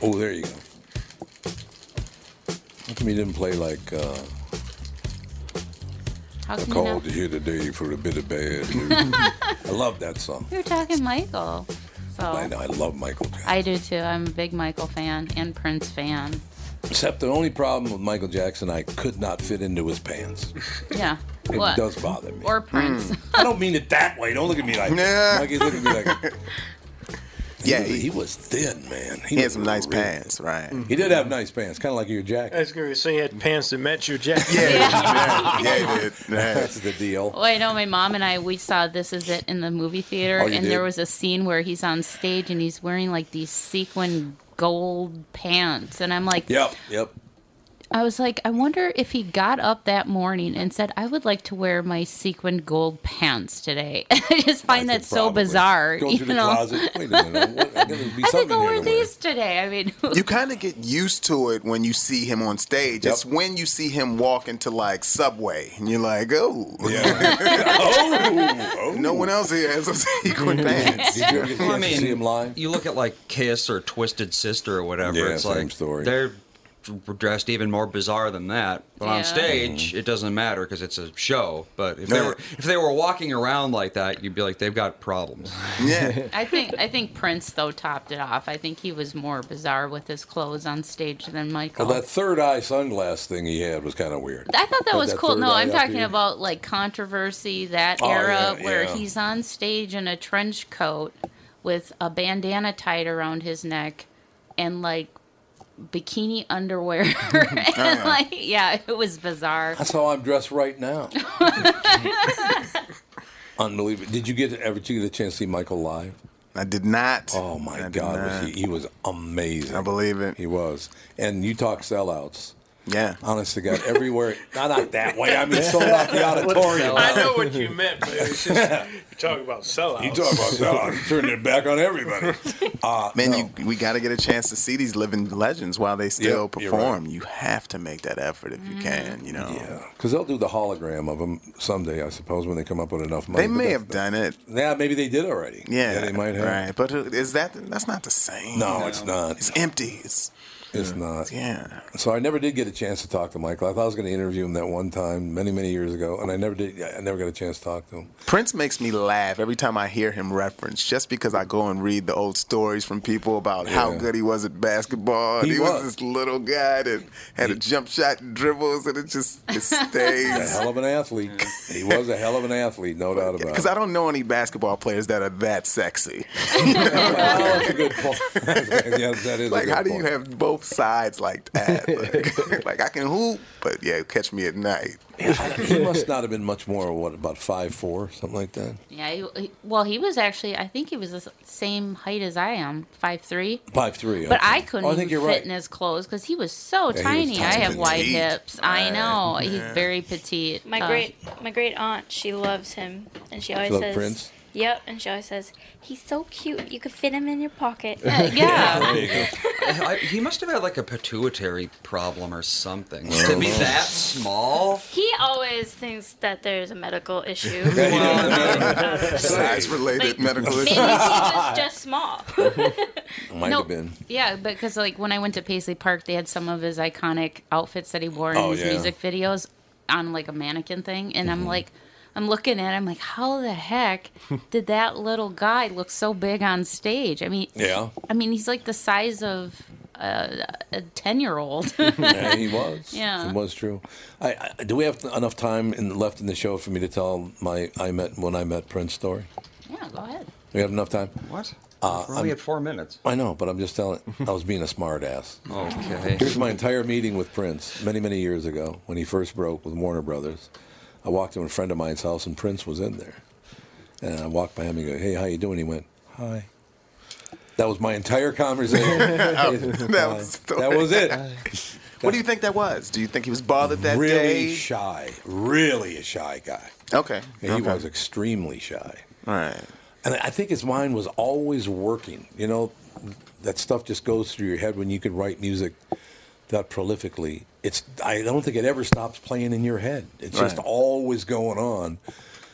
[SPEAKER 6] Oh, there you go. How come you didn't play like uh,
[SPEAKER 5] How
[SPEAKER 6] I
[SPEAKER 5] can you
[SPEAKER 6] called
[SPEAKER 5] not?
[SPEAKER 6] you here today for a bit of bad
[SPEAKER 5] *laughs*
[SPEAKER 6] news? I love that song.
[SPEAKER 5] You're talking Michael. So
[SPEAKER 6] I know I love Michael.
[SPEAKER 5] I do too. I'm a big Michael fan and Prince
[SPEAKER 6] *laughs*
[SPEAKER 5] fan.
[SPEAKER 6] Except the only problem with Michael Jackson, I could not fit into
[SPEAKER 5] *laughs*
[SPEAKER 6] his pants.
[SPEAKER 5] Yeah.
[SPEAKER 6] It
[SPEAKER 5] what?
[SPEAKER 6] does bother me.
[SPEAKER 5] Or Prince.
[SPEAKER 6] I don't mean it that way. Don't look at me like
[SPEAKER 2] Nah.
[SPEAKER 6] that. Mikey's looking at me like.
[SPEAKER 2] *laughs* Yeah,
[SPEAKER 6] he, was-
[SPEAKER 2] he-
[SPEAKER 6] he was thin, man.
[SPEAKER 2] He had
[SPEAKER 6] was
[SPEAKER 2] some nice
[SPEAKER 6] really-
[SPEAKER 2] pants, right?
[SPEAKER 6] He did have nice pants, kind of like your jacket.
[SPEAKER 4] I was going to say you had pants that match your jacket.
[SPEAKER 2] yeah,
[SPEAKER 6] yeah, did. *laughs* That's the deal.
[SPEAKER 5] Well, Oh, I know my mom and I we saw This Is It in the movie theater,
[SPEAKER 6] Oh, you
[SPEAKER 5] and
[SPEAKER 6] did?
[SPEAKER 5] there was a scene where he's on stage and he's wearing like these sequin gold pants, and I'm like,
[SPEAKER 6] Yep, yep.
[SPEAKER 5] Oh. I was like, I wonder if he got up that morning and said, I would like to wear my sequin gold pants today. *laughs* I just find that so
[SPEAKER 2] probably.
[SPEAKER 5] bizarre.
[SPEAKER 2] Go
[SPEAKER 5] you
[SPEAKER 2] through the
[SPEAKER 5] know?
[SPEAKER 2] closet.
[SPEAKER 5] *laughs*
[SPEAKER 2] Wait a minute, what- I gotta
[SPEAKER 10] *laughs*
[SPEAKER 5] I
[SPEAKER 2] be something
[SPEAKER 5] think I'll
[SPEAKER 2] here
[SPEAKER 5] wear
[SPEAKER 2] to wear.
[SPEAKER 5] these today. I mean,
[SPEAKER 2] You kind of get used to it when you see him on stage. It's when you see him walk into like Subway and you're like, oh, *laughs*
[SPEAKER 6] oh, Mm-hmm.
[SPEAKER 2] no one else here has a sequin pants.
[SPEAKER 10] Well, I mean, you look at like Kiss or Twisted Sister or whatever.
[SPEAKER 6] Yeah,
[SPEAKER 10] it's
[SPEAKER 6] same
[SPEAKER 10] like
[SPEAKER 6] story.
[SPEAKER 10] they're dressed even more bizarre than that. But
[SPEAKER 6] Yeah.
[SPEAKER 10] on stage,
[SPEAKER 6] Mm-hmm.
[SPEAKER 10] it doesn't matter because it's a show. But if they
[SPEAKER 2] Yeah.
[SPEAKER 10] were if they were walking around like that, you'd be like, they've got problems. *laughs*
[SPEAKER 2] Yeah.
[SPEAKER 5] I think I think Prince though topped it off. I think he was more bizarre with his clothes on stage than Michael.
[SPEAKER 6] Well, that third eye sunglass thing he had was kind of weird.
[SPEAKER 5] I thought that
[SPEAKER 6] Had
[SPEAKER 5] was cool.
[SPEAKER 6] third
[SPEAKER 5] No,
[SPEAKER 6] eye
[SPEAKER 5] I'm
[SPEAKER 6] up
[SPEAKER 5] talking
[SPEAKER 6] here.
[SPEAKER 5] about like controversy that
[SPEAKER 6] Oh,
[SPEAKER 5] era
[SPEAKER 6] yeah,
[SPEAKER 5] where
[SPEAKER 6] yeah.
[SPEAKER 5] he's on stage in a trench coat with a bandana tied around his neck and like bikini
[SPEAKER 6] *laughs*
[SPEAKER 5] underwear *laughs* and
[SPEAKER 6] yeah.
[SPEAKER 5] like yeah, it was bizarre.
[SPEAKER 6] Uh-huh. That's how I'm dressed right now. Unbelievable. Did you get ever did you get a chance to see Michael live?
[SPEAKER 2] I did not.
[SPEAKER 6] Oh my God, was
[SPEAKER 2] not.
[SPEAKER 6] he, he was amazing. I
[SPEAKER 2] believe it.
[SPEAKER 6] He was. And you talk sellouts.
[SPEAKER 2] Yeah.
[SPEAKER 6] Honest to God,
[SPEAKER 2] *laughs*
[SPEAKER 6] everywhere. not, not that way. I mean, sold out
[SPEAKER 4] *laughs*
[SPEAKER 6] the auditorium.
[SPEAKER 4] I know what you meant, but it's just
[SPEAKER 6] *laughs*
[SPEAKER 4] you talk about sellouts.
[SPEAKER 6] You
[SPEAKER 4] *laughs*
[SPEAKER 6] talk about sellouts. You turned it back on everybody. Uh,
[SPEAKER 2] Man, you, we got to get a chance to see these living legends while they still
[SPEAKER 6] Yep, you're
[SPEAKER 2] perform. You have to make that effort if
[SPEAKER 10] Mm-hmm.
[SPEAKER 2] you can, you know.
[SPEAKER 6] Because they'll do the hologram of him *laughs* someday, I suppose, when they come up with enough money.
[SPEAKER 2] They
[SPEAKER 6] but
[SPEAKER 2] may
[SPEAKER 6] that's-
[SPEAKER 2] have done it.
[SPEAKER 6] Yeah, maybe they did already.
[SPEAKER 2] Yeah,
[SPEAKER 6] Yeah, they might have.
[SPEAKER 2] Right, but uh, is that that's not the same?
[SPEAKER 6] No, it's not.
[SPEAKER 2] It's empty. It's
[SPEAKER 6] It's not.
[SPEAKER 2] Yeah.
[SPEAKER 6] So I never did get a chance to talk to Michael. I thought I was going to interview him that one time many, many years ago, and I never did. I never got a chance to talk to him.
[SPEAKER 2] Prince makes me laugh every time I hear him referenced, just because I go and read the old stories from people about how
[SPEAKER 6] Yeah.
[SPEAKER 2] good he was at basketball. and
[SPEAKER 6] He
[SPEAKER 2] He, was.
[SPEAKER 6] was.
[SPEAKER 2] this little guy that had a jump shot and dribbles, and it just it
[SPEAKER 6] He's a
[SPEAKER 2] stays.
[SPEAKER 6] hell of an athlete. He was a hell of an athlete, no doubt about
[SPEAKER 2] Because
[SPEAKER 6] it.
[SPEAKER 2] I don't know any basketball players that are that sexy.
[SPEAKER 6] that's a good *laughs* point. yes, that is. a
[SPEAKER 2] Like,
[SPEAKER 6] good
[SPEAKER 2] how do
[SPEAKER 6] point.
[SPEAKER 2] you have both sides like that? Like, *laughs* like, I can hoop, but yeah, catch me at night.
[SPEAKER 6] he must not have been much more. What about five four, something like that?
[SPEAKER 5] *laughs* Yeah, he, he- well, he was actually I think he was the s- same height as I am, five three.
[SPEAKER 6] Five three.
[SPEAKER 5] But I couldn't
[SPEAKER 6] Oh, I
[SPEAKER 5] even
[SPEAKER 6] think
[SPEAKER 5] fit
[SPEAKER 6] you're right.
[SPEAKER 5] in his clothes because he was so
[SPEAKER 6] Yeah, he was
[SPEAKER 5] tiny. I
[SPEAKER 6] tiny.
[SPEAKER 5] have wide
[SPEAKER 6] Petite.
[SPEAKER 5] hips. I know he's
[SPEAKER 6] Yeah.
[SPEAKER 5] very petite.
[SPEAKER 12] My
[SPEAKER 5] Uh,
[SPEAKER 12] great my great aunt, she loves him, and she always
[SPEAKER 6] Love
[SPEAKER 12] says,
[SPEAKER 6] Prince.
[SPEAKER 12] Yep, and she always says, he's so cute. You could fit him in your pocket.
[SPEAKER 5] Uh,
[SPEAKER 10] *laughs* There you go. I, he must have had like a pituitary problem or something. to be
[SPEAKER 2] *laughs*
[SPEAKER 10] that small.
[SPEAKER 12] *laughs* He always thinks that there's a medical issue.
[SPEAKER 2] Size related medical
[SPEAKER 12] Maybe he
[SPEAKER 2] issue.
[SPEAKER 12] was *laughs* just small.
[SPEAKER 2] Might
[SPEAKER 5] No. *laughs*
[SPEAKER 2] have been.
[SPEAKER 5] Yeah, because like when I went to Paisley Park, they had some of his iconic outfits that he wore in
[SPEAKER 12] Oh,
[SPEAKER 5] his
[SPEAKER 12] yeah.
[SPEAKER 5] music videos on like a mannequin thing, and I'm
[SPEAKER 12] Mhm.
[SPEAKER 5] like, I'm looking at, it, I'm like, how the heck did that little guy look so big on stage? I mean,
[SPEAKER 6] Yeah.
[SPEAKER 5] I mean, he's like the size of uh, a ten year old.
[SPEAKER 6] yeah, he was.
[SPEAKER 5] Yeah.
[SPEAKER 6] It was true. I, I, do we have enough time in, left in the show for me to tell my I met when I met Prince story?
[SPEAKER 5] Yeah, go ahead.
[SPEAKER 6] Do we have enough time?
[SPEAKER 10] What?
[SPEAKER 6] Uh,
[SPEAKER 10] We're only
[SPEAKER 6] I'm-
[SPEAKER 10] at four minutes.
[SPEAKER 6] I know, but I'm just telling. I was being a smart ass.
[SPEAKER 10] Okay.
[SPEAKER 6] Here's my entire meeting with Prince many, many years ago when he first broke with Warner Brothers. I walked to a friend of mine's house and Prince was in there. And I walked by him and go, "Hey, how you doing?" He went, "Hi." That was my entire
[SPEAKER 2] *laughs*
[SPEAKER 6] conversation.
[SPEAKER 2] that, was the
[SPEAKER 6] that was it.
[SPEAKER 2] What do you think that was? Do you think he was bothered that
[SPEAKER 6] really
[SPEAKER 2] day?
[SPEAKER 6] shy, really a shy guy.
[SPEAKER 2] Okay.
[SPEAKER 6] Yeah, he
[SPEAKER 2] Okay.
[SPEAKER 6] was extremely shy.
[SPEAKER 2] All right.
[SPEAKER 6] And I think his mind was always working. You know, that stuff just goes through your head when you can write music that prolifically. It's I don't think it ever stops playing in your head. It's just
[SPEAKER 2] Right.
[SPEAKER 6] always going on.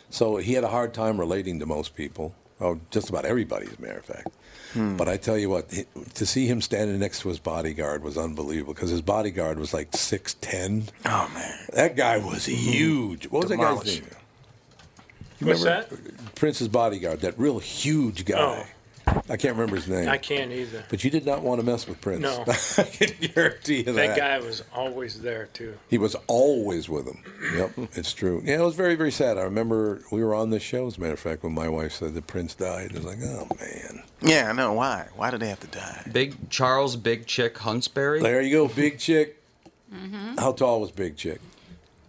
[SPEAKER 6] So he had a hard time relating to most people, or just about everybody, as a matter of fact.
[SPEAKER 13] Hmm.
[SPEAKER 6] But I tell you what, he- to see him standing next to his bodyguard was unbelievable because his bodyguard was like six
[SPEAKER 2] *laughs*
[SPEAKER 6] ten.
[SPEAKER 2] Oh man,
[SPEAKER 6] that guy was
[SPEAKER 4] Mm-hmm.
[SPEAKER 6] huge. What was that guy's
[SPEAKER 2] Demolished.
[SPEAKER 6] name?
[SPEAKER 4] What's
[SPEAKER 6] that? Prince's bodyguard, that real huge guy. I can't remember his name.
[SPEAKER 4] Oh. I can't either.
[SPEAKER 6] But you did not want to mess with Prince.
[SPEAKER 4] No.
[SPEAKER 6] *laughs* I can guarantee you that.
[SPEAKER 4] That guy was always there too.
[SPEAKER 6] He was always with him. Yep, it's true. Yeah, it was very, very sad. I remember we were on this show, as a matter of fact, when my wife said that Prince died. It was like, oh man.
[SPEAKER 2] Yeah, I know. Why? Why did they have to die?
[SPEAKER 10] Big Charles Big Chick Huntsberry.
[SPEAKER 6] There you go, Big Chick. How tall was Big Chick?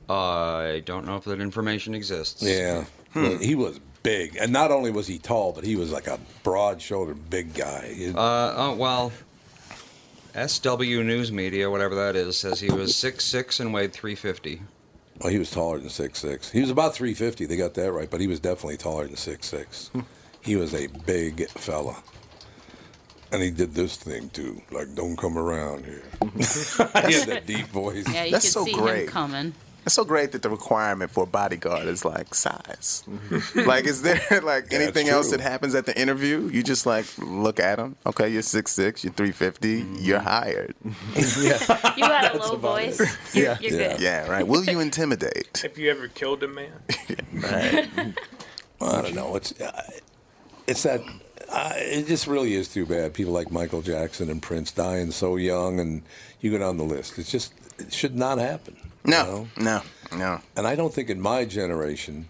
[SPEAKER 10] I don't know if that information exists.
[SPEAKER 6] Yeah,
[SPEAKER 4] Hmm.
[SPEAKER 6] Well, he was big, and not only was he tall, but he was like a broad-shouldered big guy. He-
[SPEAKER 10] Uh, oh, well, SW News Media, whatever that is, says he was 6'6 and weighed 350.
[SPEAKER 6] Well, he was taller than six six. He was about three fifty. They got that right, but he was definitely taller than six six. he was a big fella, and he did this thing too. Like, don't come around here. *laughs* he had that deep
[SPEAKER 2] Oh,
[SPEAKER 6] voice.
[SPEAKER 5] Yeah, you
[SPEAKER 2] That's
[SPEAKER 5] could
[SPEAKER 2] so
[SPEAKER 5] see
[SPEAKER 2] great.
[SPEAKER 5] him coming.
[SPEAKER 2] It's so great that the requirement for a bodyguard is like size. *laughs*
[SPEAKER 11] Mm-hmm.
[SPEAKER 2] like, is there like
[SPEAKER 6] Yeah,
[SPEAKER 2] anything
[SPEAKER 6] it's
[SPEAKER 2] else
[SPEAKER 6] true.
[SPEAKER 2] that happens at the interview? You just like look at him. Okay, you're six six. You're three fifty. You're hired.
[SPEAKER 6] *laughs*
[SPEAKER 12] You got a low voice. *laughs* You're, you're
[SPEAKER 2] yeah.
[SPEAKER 12] good.
[SPEAKER 2] Yeah, right. Will you
[SPEAKER 4] *laughs*
[SPEAKER 2] intimidate?
[SPEAKER 4] Have you ever killed a man?
[SPEAKER 2] *laughs*
[SPEAKER 6] I don't know. It's uh, it's that uh, it just really is too bad. People like Michael Jackson and Prince dying so young, and you go down the list. It's just it should not happen. No,
[SPEAKER 2] no, no.
[SPEAKER 6] And I don't think in my generation.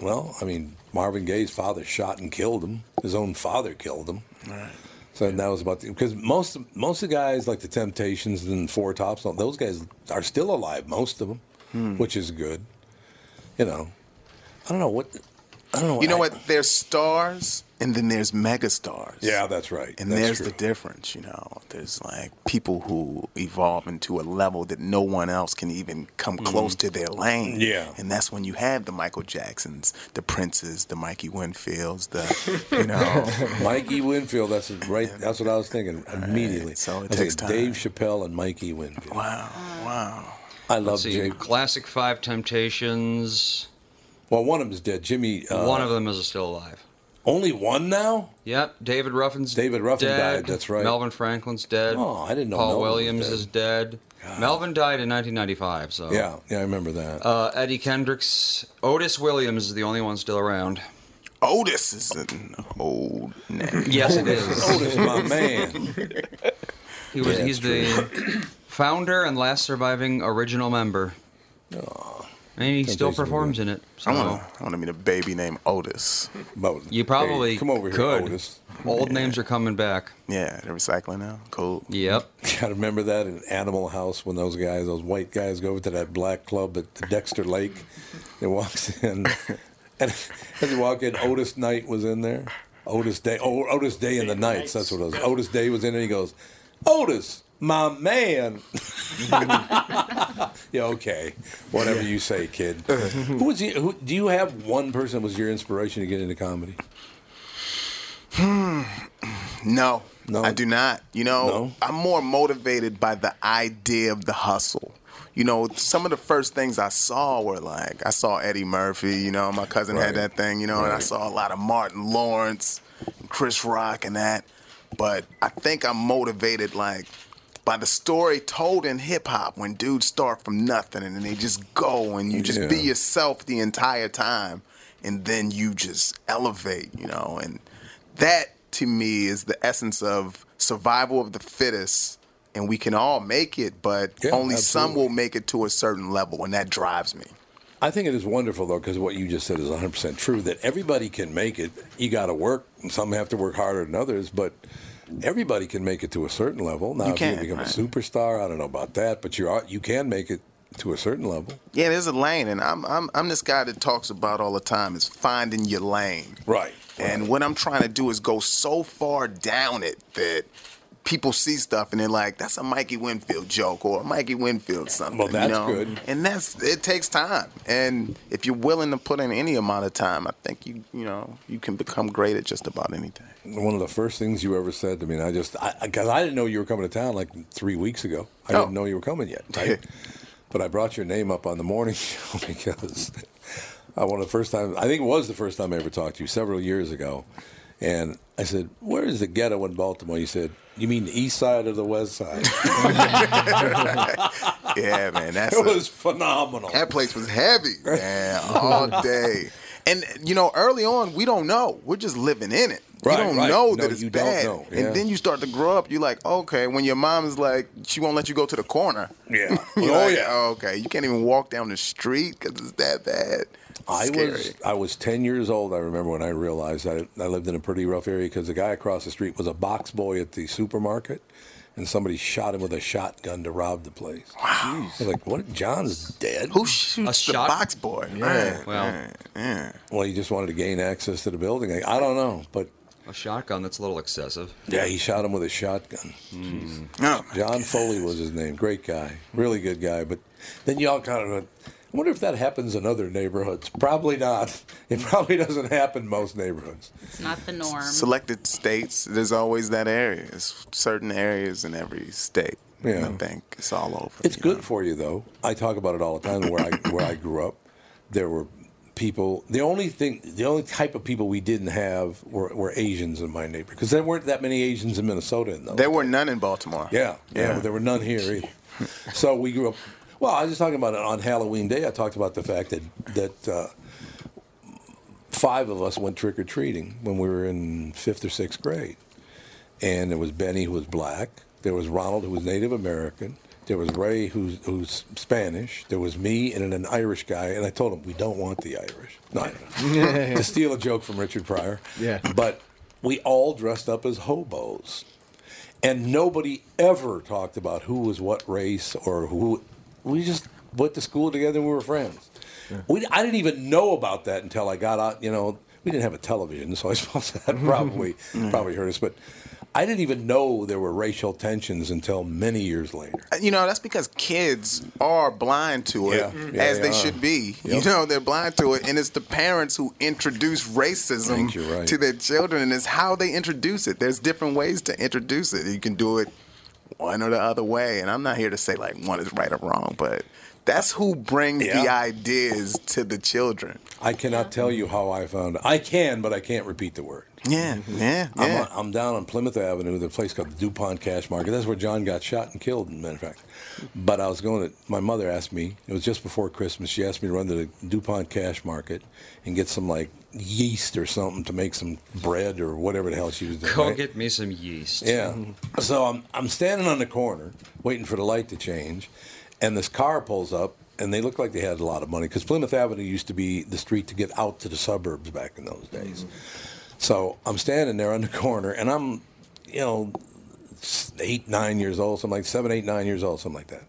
[SPEAKER 6] Well, I mean, Marvin Gaye's father shot and killed him. His own father killed him. So that was about the, because most most of the guys like the Temptations and Four Tops, those guys are still alive. Most of them,
[SPEAKER 2] Hmm.
[SPEAKER 6] which is good. You know, I don't know what I don't know.
[SPEAKER 2] You know
[SPEAKER 6] I-
[SPEAKER 2] what? There's stars, and then there's megastars.
[SPEAKER 6] Yeah, that's right.
[SPEAKER 2] And
[SPEAKER 6] That's
[SPEAKER 2] there's
[SPEAKER 6] true.
[SPEAKER 2] the difference, you know. There's like people who evolve into a level that no one else can even come close to their lane.
[SPEAKER 6] Yeah.
[SPEAKER 2] And that's when you have the Michael Jacksons, the Princes, the Mikey Winfields, the *laughs* you
[SPEAKER 6] *laughs*
[SPEAKER 2] know
[SPEAKER 6] Mikey Winfield. That's right. That's what I was thinking immediately. so
[SPEAKER 2] it takes time.
[SPEAKER 6] Dave Chappelle and Mikey Winfield.
[SPEAKER 2] Wow, wow.
[SPEAKER 6] I love
[SPEAKER 10] Let's see,
[SPEAKER 6] Jay.
[SPEAKER 10] Classic Five Temptations.
[SPEAKER 6] Well, one of them is dead. Jimmy. Uh,
[SPEAKER 10] one of them is still alive.
[SPEAKER 6] Only one now?
[SPEAKER 10] Yep. David Ruffin's
[SPEAKER 6] David Ruffin
[SPEAKER 10] dead.
[SPEAKER 6] died. That's right.
[SPEAKER 10] Melvin Franklin's dead.
[SPEAKER 6] Oh, I didn't know
[SPEAKER 10] Paul
[SPEAKER 6] Melvin was
[SPEAKER 10] Williams
[SPEAKER 6] dead.
[SPEAKER 10] is dead. Melvin died in 1995. So
[SPEAKER 6] Yeah, yeah, I remember that.
[SPEAKER 10] Uh, Eddie Kendricks, Otis Williams is the only one still around.
[SPEAKER 2] Otis is an old name.
[SPEAKER 10] Yes, it is.
[SPEAKER 6] Otis, my man.
[SPEAKER 10] He was.
[SPEAKER 6] Yeah,
[SPEAKER 10] he's
[SPEAKER 6] it's
[SPEAKER 10] the founder and last surviving original member. And he still performs in it.
[SPEAKER 2] I want
[SPEAKER 10] So
[SPEAKER 2] to I want to meet a baby named Otis.
[SPEAKER 6] But
[SPEAKER 10] you probably
[SPEAKER 2] come over here,
[SPEAKER 10] could.
[SPEAKER 2] Otis.
[SPEAKER 10] Old names are coming back.
[SPEAKER 2] yeah, they're recycling now. Cool.
[SPEAKER 6] *laughs*
[SPEAKER 10] Yep.
[SPEAKER 6] I remember that in Animal House when those guys, those white guys, go over to that black club at the Dexter Lake. They walks *laughs* in, and as you walk in, Otis Knight was in there. Otis Day, oh, Otis Day and the Knights. That's what it was. Otis Day was in, it. he goes, Otis, my man. *laughs* yeah, okay, whatever you say, kid. who was the- who, do you have one person that was your inspiration to get into comedy?
[SPEAKER 2] Hmm. No, no, I do not. You know, I'm more motivated by the idea of the hustle. You know, some of the first things I saw were like I saw Eddie Murphy. You know, my cousin had that thing. You know, and I
[SPEAKER 13] Right.
[SPEAKER 2] saw a lot of Martin Lawrence, and Chris Rock, and that. But I think I'm motivated like by the story told in hip hop when dudes start from nothing and then they just go and you just be
[SPEAKER 6] Yeah.
[SPEAKER 2] yourself the entire time and then you just elevate, you know, and that to me is the essence of survival of the fittest and we can all make it, but
[SPEAKER 6] Yeah,
[SPEAKER 2] only some
[SPEAKER 6] absolutely.
[SPEAKER 2] will make it to a certain level and that drives me.
[SPEAKER 6] I think it is wonderful though, because what you just said is 100 percent true. That everybody can make it. You got to work. Some have to work harder than others, but everybody can make it to a certain level. Now,
[SPEAKER 2] You
[SPEAKER 6] if
[SPEAKER 2] can,
[SPEAKER 6] you become
[SPEAKER 2] right.
[SPEAKER 6] a superstar, I don't know about that, but you are you can make it to a certain level.
[SPEAKER 2] Yeah, there's a lane, and I'm I'm I'm this guy that talks about all the time is finding your lane.
[SPEAKER 6] Right.
[SPEAKER 2] And what I'm trying to do is go so far down it that people see stuff and they're like, "That's a Mikey Winfield joke" or a Mikey Winfield something.
[SPEAKER 6] Well, that's
[SPEAKER 2] you know?
[SPEAKER 6] good.
[SPEAKER 2] And that's it takes time. And if you're willing to put in any amount of time, I think you you know you can become great at just about anything.
[SPEAKER 6] One of the first things you ever said to me, and I just because I, didn't know you were coming to town like three weeks ago. I
[SPEAKER 2] Oh.
[SPEAKER 6] didn't know you were coming yet,
[SPEAKER 2] *laughs*
[SPEAKER 6] right? but I brought your name up on the morning *laughs* show because I one of the first time I think it was the first time I ever talked to you several years ago, and I said, "Where is the ghetto in Baltimore?" You said, "You mean the east side or the west side?"
[SPEAKER 2] *laughs* yeah, man, that's
[SPEAKER 6] *laughs* it
[SPEAKER 2] a-
[SPEAKER 6] was phenomenal.
[SPEAKER 2] That place was heavy, man, all
[SPEAKER 6] *laughs*
[SPEAKER 2] day. And you know, early on, we don't know. We're just living in it.
[SPEAKER 6] Right,
[SPEAKER 2] you don't
[SPEAKER 6] right.
[SPEAKER 2] know
[SPEAKER 6] No,
[SPEAKER 2] that it's
[SPEAKER 6] you don't
[SPEAKER 2] bad.
[SPEAKER 6] know, yeah.
[SPEAKER 2] And then you start to grow up. You're like, okay, when your mom is like, she won't let you go to the corner.
[SPEAKER 6] Yeah.
[SPEAKER 2] *laughs* You're
[SPEAKER 6] Oh,
[SPEAKER 2] like,
[SPEAKER 6] yeah.
[SPEAKER 2] okay, you can't even walk down the street because it's that bad.
[SPEAKER 6] I
[SPEAKER 2] Scary.
[SPEAKER 6] was I was ten years old. I remember when I realized I, I lived in a pretty rough area because the guy across the street was a box boy at the supermarket, and somebody shot him with a shotgun to rob the place. Wow! I was like, "What? John's dead?
[SPEAKER 2] Who shoots the
[SPEAKER 6] shot-
[SPEAKER 2] box boy?
[SPEAKER 6] Yeah.
[SPEAKER 2] Man,
[SPEAKER 6] Well-
[SPEAKER 2] man, man.
[SPEAKER 6] Well, he just wanted to gain access to the building. Like, I don't know, but
[SPEAKER 10] a shotgun that's a little excessive.
[SPEAKER 6] Yeah, he shot him with a shotgun.
[SPEAKER 10] Jeez.
[SPEAKER 6] John Foley was his name. Great guy, really good guy. But then y'all kind of went, I wonder if that happens in other neighborhoods. Probably not. It probably doesn't happen in most neighborhoods.
[SPEAKER 5] It's not the norm.
[SPEAKER 2] Selected states, there's always that area. It's certain areas in every state.
[SPEAKER 6] Yeah.
[SPEAKER 2] I think it's all over.
[SPEAKER 6] It's good for you though. I talk about it all the time. Where I where I grew up, there were people. The only thing, the only type of people we didn't have were, were Asians in my neighborhood because there weren't that many Asians in Minnesota. In those
[SPEAKER 2] There were none in Baltimore.
[SPEAKER 6] Yeah, yeah,
[SPEAKER 2] Yeah.
[SPEAKER 6] but there were none here either. so we grew up. Well, I was just talking about it on Halloween Day. I talked about the fact that that uh, five of us went trick or treating when we were in fifth or sixth grade, and there was Benny who was black. There was Ronald who was Native American. There was Ray who's who's Spanish. There was me and an Irish guy. And I told him we don't want the Irish. No, I don't know. to steal a joke from Richard Pryor.
[SPEAKER 13] Yeah.
[SPEAKER 6] But we all dressed up as hobos and nobody ever talked about who was what race or who. We just went to school together and we were friends. We, I didn't even know about that until I got out. You know, we didn't have a television, so I *laughs* suppose that
[SPEAKER 2] Mm-hmm.
[SPEAKER 6] probably probably hurt us. But I didn't even know there were racial tensions until many years later.
[SPEAKER 2] Uh, You know, that's because kids are blind to it
[SPEAKER 6] Yeah. Mm. Yeah,
[SPEAKER 2] as
[SPEAKER 6] they
[SPEAKER 2] they,
[SPEAKER 6] are.
[SPEAKER 2] should be.
[SPEAKER 6] Yep.
[SPEAKER 2] You know, they're blind to it, and it's the parents who introduce racism
[SPEAKER 6] right.
[SPEAKER 2] to their children, and it's how they introduce it. There's different ways to introduce it. You can do it one or the other way, and I'm not here to say like one is right or wrong, but that's who brings the
[SPEAKER 6] Yeah.
[SPEAKER 2] ideas to the children.
[SPEAKER 6] I cannot tell you how I found. I can, but I can't repeat the word. *laughs*
[SPEAKER 2] Yeah, yeah,
[SPEAKER 6] I'm,
[SPEAKER 2] yeah.
[SPEAKER 6] I'm down on Plymouth Avenue, the place called the DuPont Cash Market. That's where John got shot and killed, as a matter of fact. But I was going to, my mother asked me, it was just before Christmas, she asked me to run to the DuPont Cash Market and get some like yeast or something to make some bread or whatever the hell she was doing.
[SPEAKER 10] Go
[SPEAKER 6] right?
[SPEAKER 10] get me some yeast.
[SPEAKER 6] Yeah. So I'm I'm standing on the corner waiting for the light to change, and this car pulls up, and they look like they had a lot of money because Plymouth Avenue used to be the street to get out to the suburbs back in those days. So I'm standing there on the corner, and I'm, you know, s- eight nine years old, something like seven eight nine years old, something like that.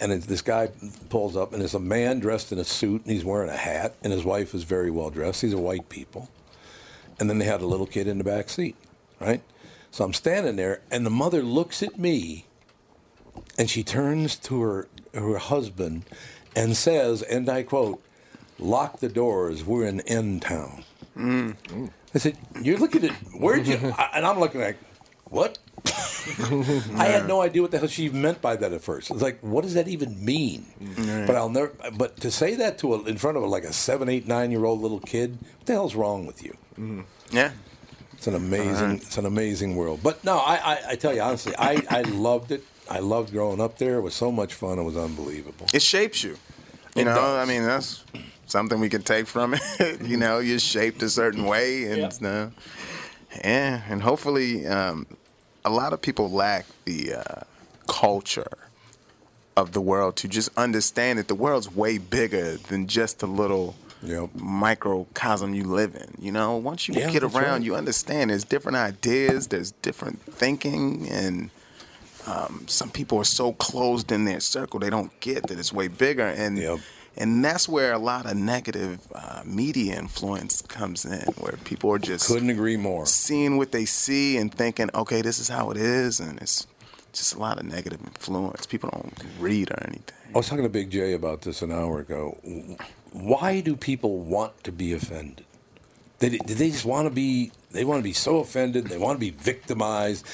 [SPEAKER 6] And it- this guy pulls up, and it's a man dressed in a suit, and he's wearing a hat, and his wife is very well dressed. These are white people and then they had a little kid in the back seat, right? So I'm standing there, and the mother looks at me and she turns to her her husband and says, and I quote, "Lock the doors. We're in end town." Mm. I said, "You're looking at where'd you?" I- and I'm looking like, "What?" I had no idea what the hell she meant by that at first. It's like, what does that even mean?
[SPEAKER 13] Right.
[SPEAKER 6] But I'll never. But to say that to a, in front of like a seven, eight, nine year old little kid, what the hell's wrong with you?
[SPEAKER 4] Mm.
[SPEAKER 2] Yeah.
[SPEAKER 6] It's an amazing, it's an amazing world. But no, I, I, I tell you honestly, I, I loved it. I loved growing up there. It was so much fun. It was unbelievable.
[SPEAKER 2] It shapes you. You
[SPEAKER 6] It
[SPEAKER 2] know,
[SPEAKER 6] does.
[SPEAKER 2] I mean, that's something we can take from *laughs* it. you know, you're shaped a certain way, and uh, yeah, and hopefully, um, a lot of people lack the uh, culture of the world to just understand that the world's way bigger than just the little. Microcosm you live in, you know. Once you
[SPEAKER 13] Yeah,
[SPEAKER 2] get
[SPEAKER 13] that's
[SPEAKER 2] around,
[SPEAKER 13] right.
[SPEAKER 2] you understand there's different ideas, there's different thinking, and um, some people are so closed in their circle they don't get that it's way bigger and and that's where a lot of negative uh, media influence comes in where people are just couldn't
[SPEAKER 6] agree more
[SPEAKER 2] seeing what they see and thinking okay this is how it is and it's just a lot of negative influence people don't read or anything
[SPEAKER 6] I was talking to Big J about this an hour ago. Why do people want to be offended? They, do they just want to be? They want to be so offended. They want to be victimized.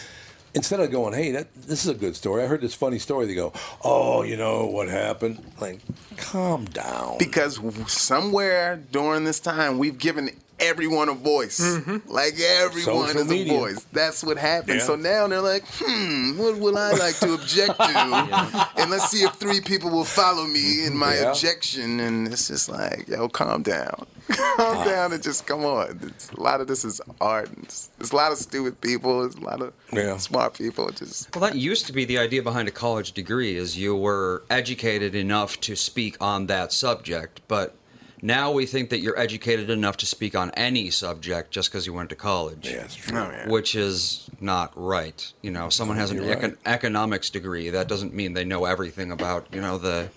[SPEAKER 6] Instead of going, "Hey, that this is a good story. I heard this funny story," they go, "Oh, you know what happened?" Like, calm down.
[SPEAKER 2] because w- somewhere during this time we've given everyone a voice like everyone
[SPEAKER 6] Mm-hmm. Social
[SPEAKER 2] is
[SPEAKER 6] media.
[SPEAKER 2] a voice that's what happened
[SPEAKER 6] Yeah.
[SPEAKER 2] so now they're like hmm what will i like to object
[SPEAKER 6] *laughs*
[SPEAKER 2] to and let's see if three people will follow me in my
[SPEAKER 13] Yeah.
[SPEAKER 2] objection and it's just like yo calm down *laughs* calm down and just come on it's, a lot of this is art it's, it's a lot of stupid people it's a lot of smart people It's just
[SPEAKER 10] Well, that used to be the idea behind a college degree is you were educated enough to speak on that subject, but now we think that you're educated enough to speak on any subject just because you went to college.
[SPEAKER 6] Yes,
[SPEAKER 2] true. Oh, yeah.
[SPEAKER 10] Which is not right. You know, someone has an
[SPEAKER 13] You're right.
[SPEAKER 10] econ- economics degree. That doesn't mean they know everything about, you know, the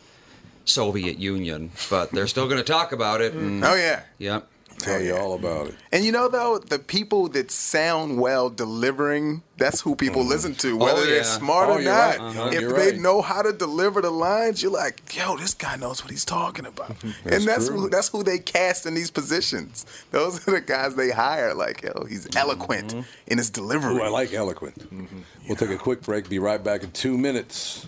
[SPEAKER 10] Soviet Union, but they're still going to talk about it. And,
[SPEAKER 2] Oh, yeah.
[SPEAKER 10] Yep.
[SPEAKER 6] Tell you all about it.
[SPEAKER 2] And you know though, the people that sound well delivering, that's who people listen to,
[SPEAKER 13] Oh,
[SPEAKER 2] whether
[SPEAKER 13] yeah.
[SPEAKER 2] they're smart
[SPEAKER 13] Oh,
[SPEAKER 2] or
[SPEAKER 13] you're
[SPEAKER 2] not.
[SPEAKER 13] right. Uh-huh.
[SPEAKER 2] If
[SPEAKER 13] You're
[SPEAKER 2] they
[SPEAKER 13] right.
[SPEAKER 2] know how to deliver the lines, you're like, yo, this guy knows what he's
[SPEAKER 13] *laughs*
[SPEAKER 2] talking about. and that's
[SPEAKER 13] true.
[SPEAKER 2] who that's who they cast in these positions. Those are the guys they hire. Like, yo, he's eloquent
[SPEAKER 13] Mm-hmm.
[SPEAKER 2] in his delivery.
[SPEAKER 6] Ooh, I like eloquent. We'll take a quick break. Be right back in two minutes.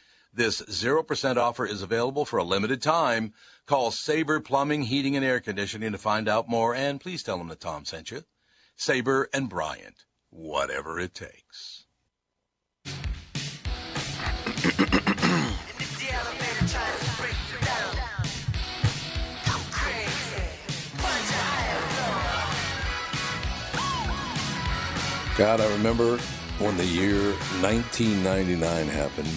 [SPEAKER 14] This 0% offer is available for a limited time. Call Sabre Plumbing, Heating, and Air Conditioning to find out more, and please tell them that Tom sent you. Sabre and Bryant, whatever it takes.
[SPEAKER 6] God, I remember when the year 1999 happened.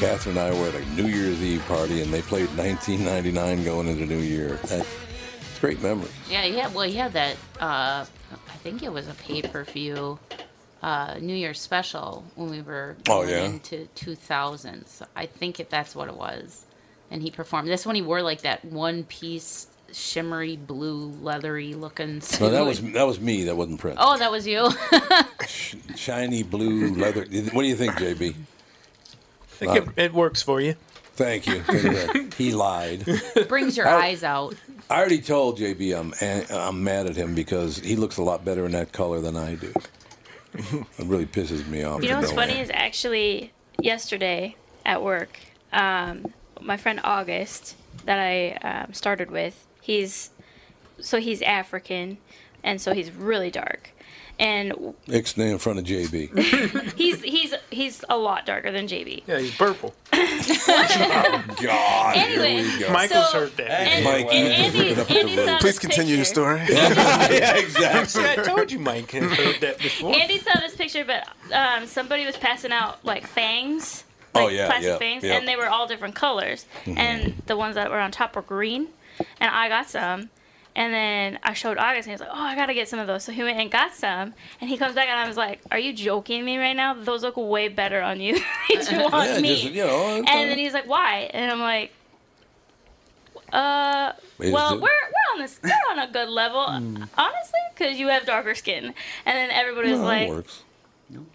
[SPEAKER 6] Catherine and I were at a New Year's Eve party, and they played 1999 going into the new year. That, it's great memory.
[SPEAKER 5] Yeah, yeah. Well, yeah, that uh, I think it was a pay per view uh, New Year's special when we were
[SPEAKER 6] Oh,
[SPEAKER 5] going
[SPEAKER 6] yeah?
[SPEAKER 5] into 2000s. I think it, that's what it was. And he performed. That's when he wore like that one piece shimmery blue leathery looking suit.
[SPEAKER 6] No, that was that was me. That wasn't Prince.
[SPEAKER 5] Oh, that was you. *laughs*
[SPEAKER 6] Shiny blue leather. What do you think, JB?
[SPEAKER 4] I think it, it works for you.
[SPEAKER 6] Thank you. Congrats. he lied.
[SPEAKER 5] Brings your
[SPEAKER 6] How-
[SPEAKER 5] eyes out.
[SPEAKER 6] I already told JB I'm an- I'm mad at him because he looks a lot better in that color than I do. It really pisses me off.
[SPEAKER 12] You know
[SPEAKER 6] to
[SPEAKER 12] what's
[SPEAKER 6] no
[SPEAKER 12] funny
[SPEAKER 6] end.
[SPEAKER 12] is actually yesterday at work, um, my friend August that I um, started with, he's so he's African, and so he's really dark, and
[SPEAKER 6] Ixnay in front of
[SPEAKER 12] *laughs*
[SPEAKER 6] JB.
[SPEAKER 12] he's he's he's a lot darker than JB.
[SPEAKER 4] Yeah, he's purple.
[SPEAKER 6] God,
[SPEAKER 12] Anyway,
[SPEAKER 6] here we go.
[SPEAKER 4] Michael's heard that.
[SPEAKER 6] Mike, you just
[SPEAKER 12] Andy-
[SPEAKER 6] looking up at
[SPEAKER 12] Andy's
[SPEAKER 6] the
[SPEAKER 12] on
[SPEAKER 6] roof.
[SPEAKER 12] Please this continue your *laughs*
[SPEAKER 2] story.
[SPEAKER 4] *laughs* yeah, exactly. *laughs*
[SPEAKER 10] *laughs*
[SPEAKER 4] See, I told you Mike had heard that before.
[SPEAKER 12] Andy saw this picture, but um, somebody was passing out like fangs,
[SPEAKER 4] Oh,
[SPEAKER 12] like
[SPEAKER 4] yeah,
[SPEAKER 12] plastic
[SPEAKER 4] yeah,
[SPEAKER 12] fangs,
[SPEAKER 4] yeah.
[SPEAKER 12] and they were all different colors.
[SPEAKER 4] Mhm.
[SPEAKER 12] And the ones that were on top were green, and I got some. And then I showed August, and he was like, "Oh, I gotta get some of those." So he went and got some, and he comes back, and I was like, "Are you joking me right now? Those look way better on you *laughs* than you on
[SPEAKER 6] Yeah,
[SPEAKER 12] me."
[SPEAKER 6] just, you know,
[SPEAKER 12] and
[SPEAKER 6] uh,
[SPEAKER 12] then he's like, "Why?" And I'm like, "Uh,
[SPEAKER 6] Is
[SPEAKER 12] well,
[SPEAKER 6] it-
[SPEAKER 12] we're we're on this, we're on a good level,
[SPEAKER 6] Mm.
[SPEAKER 12] honestly, because you have darker skin." And then everybody was
[SPEAKER 10] No, it
[SPEAKER 12] like,
[SPEAKER 10] works.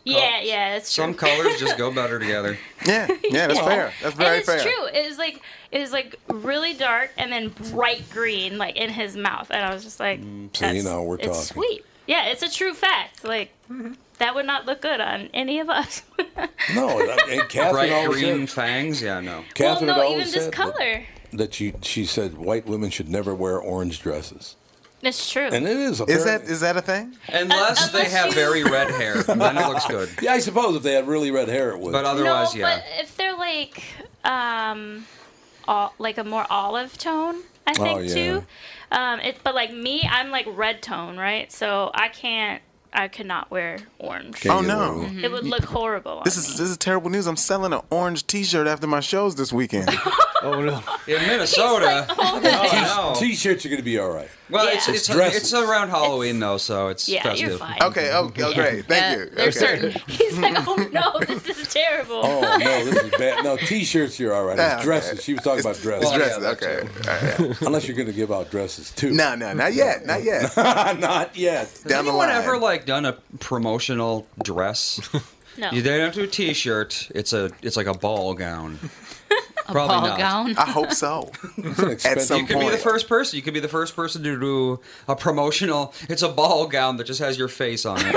[SPEAKER 12] yeah, yeah, that's true.
[SPEAKER 10] Some colors just go better together.
[SPEAKER 2] Yeah, yeah,
[SPEAKER 10] that's
[SPEAKER 2] fair. That's very
[SPEAKER 12] *laughs* and it's true. It was like it was like really dark and then bright green, like in his mouth, and I was just like,
[SPEAKER 6] So you know Mm, we're
[SPEAKER 12] it's
[SPEAKER 6] talking.
[SPEAKER 12] sweet. Yeah, it's a true fact. Like that would not look good on any of us. *laughs*
[SPEAKER 6] No,
[SPEAKER 10] *laughs*
[SPEAKER 6] that- and Catherine
[SPEAKER 10] Bright
[SPEAKER 6] always
[SPEAKER 10] green
[SPEAKER 6] said-
[SPEAKER 10] fangs. Yeah, no.
[SPEAKER 6] Catherine
[SPEAKER 12] well,
[SPEAKER 6] had
[SPEAKER 12] no,
[SPEAKER 6] always
[SPEAKER 12] even just
[SPEAKER 6] said
[SPEAKER 12] color.
[SPEAKER 6] that, that you, she said white women should never wear orange dresses,
[SPEAKER 12] It's true.
[SPEAKER 6] and it
[SPEAKER 2] Is
[SPEAKER 6] is. Apparently.
[SPEAKER 2] that is that a thing?
[SPEAKER 10] Unless they have very red
[SPEAKER 6] *laughs*
[SPEAKER 10] hair, then it looks good.
[SPEAKER 6] Yeah, I suppose if they had really red hair, it would. But
[SPEAKER 12] no, but if they're like, um, all, like a more olive tone, I
[SPEAKER 6] Oh,
[SPEAKER 12] think
[SPEAKER 6] yeah.
[SPEAKER 12] too. Um, it, but like me, I'm like red tone, right? So I can't, I could not wear orange.
[SPEAKER 2] Can't Oh, get away no. with it.
[SPEAKER 6] Mm-hmm.
[SPEAKER 12] it would look horrible.
[SPEAKER 2] This is this is terrible news. I'm selling an orange T-shirt after my shows this
[SPEAKER 12] *laughs*
[SPEAKER 2] weekend.
[SPEAKER 10] Oh no! In *laughs* Minnesota.
[SPEAKER 2] oh,
[SPEAKER 10] no.
[SPEAKER 6] T-shirts are going to be all right.
[SPEAKER 10] Well,
[SPEAKER 2] Yeah.
[SPEAKER 10] it's
[SPEAKER 2] It's
[SPEAKER 10] it's,
[SPEAKER 2] dresses.
[SPEAKER 10] it's around Halloween though, so it's
[SPEAKER 12] Yeah, you're
[SPEAKER 10] festive.
[SPEAKER 12] fine.
[SPEAKER 2] Okay, okay, Yeah. great. Thank you.
[SPEAKER 12] There's certain. He's *laughs* like,
[SPEAKER 2] mm.
[SPEAKER 12] oh no, this is terrible.
[SPEAKER 6] Oh no, this is bad. No, t-shirts, you're all right.
[SPEAKER 2] Ah, *laughs*
[SPEAKER 6] It's
[SPEAKER 2] okay.
[SPEAKER 6] dresses. She was talking about dresses.
[SPEAKER 2] it's dresses, Well, yeah,
[SPEAKER 6] Unless you're going to give out dresses too.
[SPEAKER 2] No, no, not yet, not yet.
[SPEAKER 6] *laughs* not yet.
[SPEAKER 10] Has anyone ever like done a promotional dress?
[SPEAKER 5] No.
[SPEAKER 10] You don't have to do a T-shirt. It's a it's like a ball gown.
[SPEAKER 5] A
[SPEAKER 10] Probably
[SPEAKER 5] ball
[SPEAKER 10] not.
[SPEAKER 5] gown.
[SPEAKER 2] I hope
[SPEAKER 12] *laughs*
[SPEAKER 2] so.
[SPEAKER 10] At you could be the first person. You could be the first person to do a promotional. It's a ball gown that just has your face on
[SPEAKER 6] *laughs*
[SPEAKER 10] it.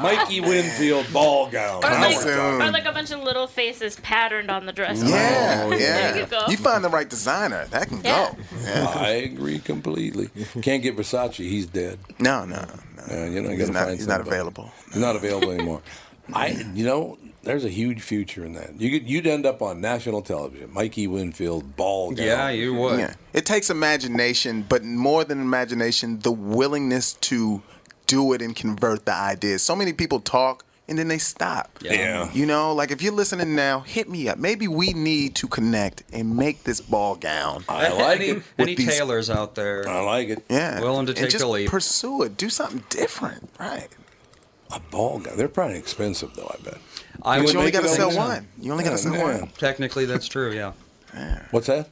[SPEAKER 6] Mikey Winfield ball gown.
[SPEAKER 12] *laughs* Or like, or like a bunch of little faces patterned on the dress.
[SPEAKER 2] Yeah,
[SPEAKER 12] There you go.
[SPEAKER 2] yeah. You find the right designer, that can
[SPEAKER 12] Yeah.
[SPEAKER 2] go.
[SPEAKER 6] I agree completely. Can't get Versace. He's dead. Uh,
[SPEAKER 2] No, no, no.
[SPEAKER 6] you know, you
[SPEAKER 2] He's
[SPEAKER 6] gotta
[SPEAKER 2] not-
[SPEAKER 6] find
[SPEAKER 2] he's not
[SPEAKER 6] somebody.
[SPEAKER 2] available.
[SPEAKER 6] He's not available anymore. I, you know, there's a huge future in that. You could, you'd end up on national television. Mikey Winfield ball gown.
[SPEAKER 2] Yeah. It takes imagination, but more than imagination, the willingness to do it and convert the ideas. So many people talk and then they stop.
[SPEAKER 6] Yeah. Yeah.
[SPEAKER 2] You know, like if you're listening now, hit me up. Maybe we need to connect and make this ball gown.
[SPEAKER 6] I like
[SPEAKER 10] any,
[SPEAKER 2] it.
[SPEAKER 10] Any
[SPEAKER 2] With these-
[SPEAKER 10] tailors out there?
[SPEAKER 6] I like it.
[SPEAKER 2] Yeah.
[SPEAKER 10] Willing to
[SPEAKER 2] And
[SPEAKER 10] take
[SPEAKER 2] just
[SPEAKER 10] the leap.
[SPEAKER 2] Pursue it. Do something different. Right.
[SPEAKER 6] A ball gown. They're probably expensive though. I bet.
[SPEAKER 10] I
[SPEAKER 2] but
[SPEAKER 10] would
[SPEAKER 2] you only
[SPEAKER 10] make it
[SPEAKER 2] gotta
[SPEAKER 10] all
[SPEAKER 2] sell
[SPEAKER 10] the
[SPEAKER 2] one.
[SPEAKER 10] time.
[SPEAKER 2] You only gotta
[SPEAKER 10] Yeah,
[SPEAKER 2] sell
[SPEAKER 10] man.
[SPEAKER 2] one.
[SPEAKER 10] Technically, that's true. Yeah.
[SPEAKER 6] What's that?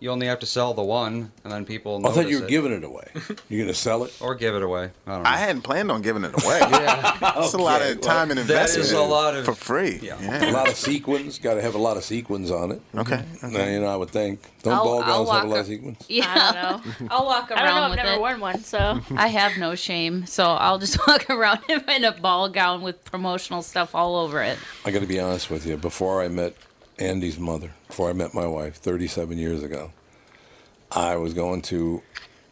[SPEAKER 10] You only have to sell the one, and then people.
[SPEAKER 6] I
[SPEAKER 10] Notice
[SPEAKER 6] thought you were
[SPEAKER 10] it.
[SPEAKER 6] giving it away. You're gonna sell it
[SPEAKER 10] or give it away. I don't know.
[SPEAKER 2] I hadn't planned on giving it
[SPEAKER 10] *laughs*
[SPEAKER 2] away.
[SPEAKER 6] *laughs*
[SPEAKER 2] yeah. That's a lot
[SPEAKER 6] Okay,
[SPEAKER 2] of time and
[SPEAKER 6] well,
[SPEAKER 2] investment.
[SPEAKER 6] for
[SPEAKER 2] free. Yeah.
[SPEAKER 6] A lot of sequins. Got to have a lot of sequins on it. Okay. you know, I would think. Don't
[SPEAKER 5] I'll-
[SPEAKER 6] ball
[SPEAKER 5] I'll
[SPEAKER 6] gowns have a
[SPEAKER 5] walk
[SPEAKER 6] lot of
[SPEAKER 5] a-
[SPEAKER 6] sequins?
[SPEAKER 5] Yeah, I don't know. *laughs* I'll walk
[SPEAKER 12] I don't
[SPEAKER 5] around
[SPEAKER 12] know, I've
[SPEAKER 5] with
[SPEAKER 12] never
[SPEAKER 5] it.
[SPEAKER 12] worn one, so
[SPEAKER 5] I have no shame, so I'll just *laughs* walk around in a ball gown with promotional stuff all over it.
[SPEAKER 6] I got to be honest with you. Before I met Andy's mother, before I met my wife 37 years ago, I was going to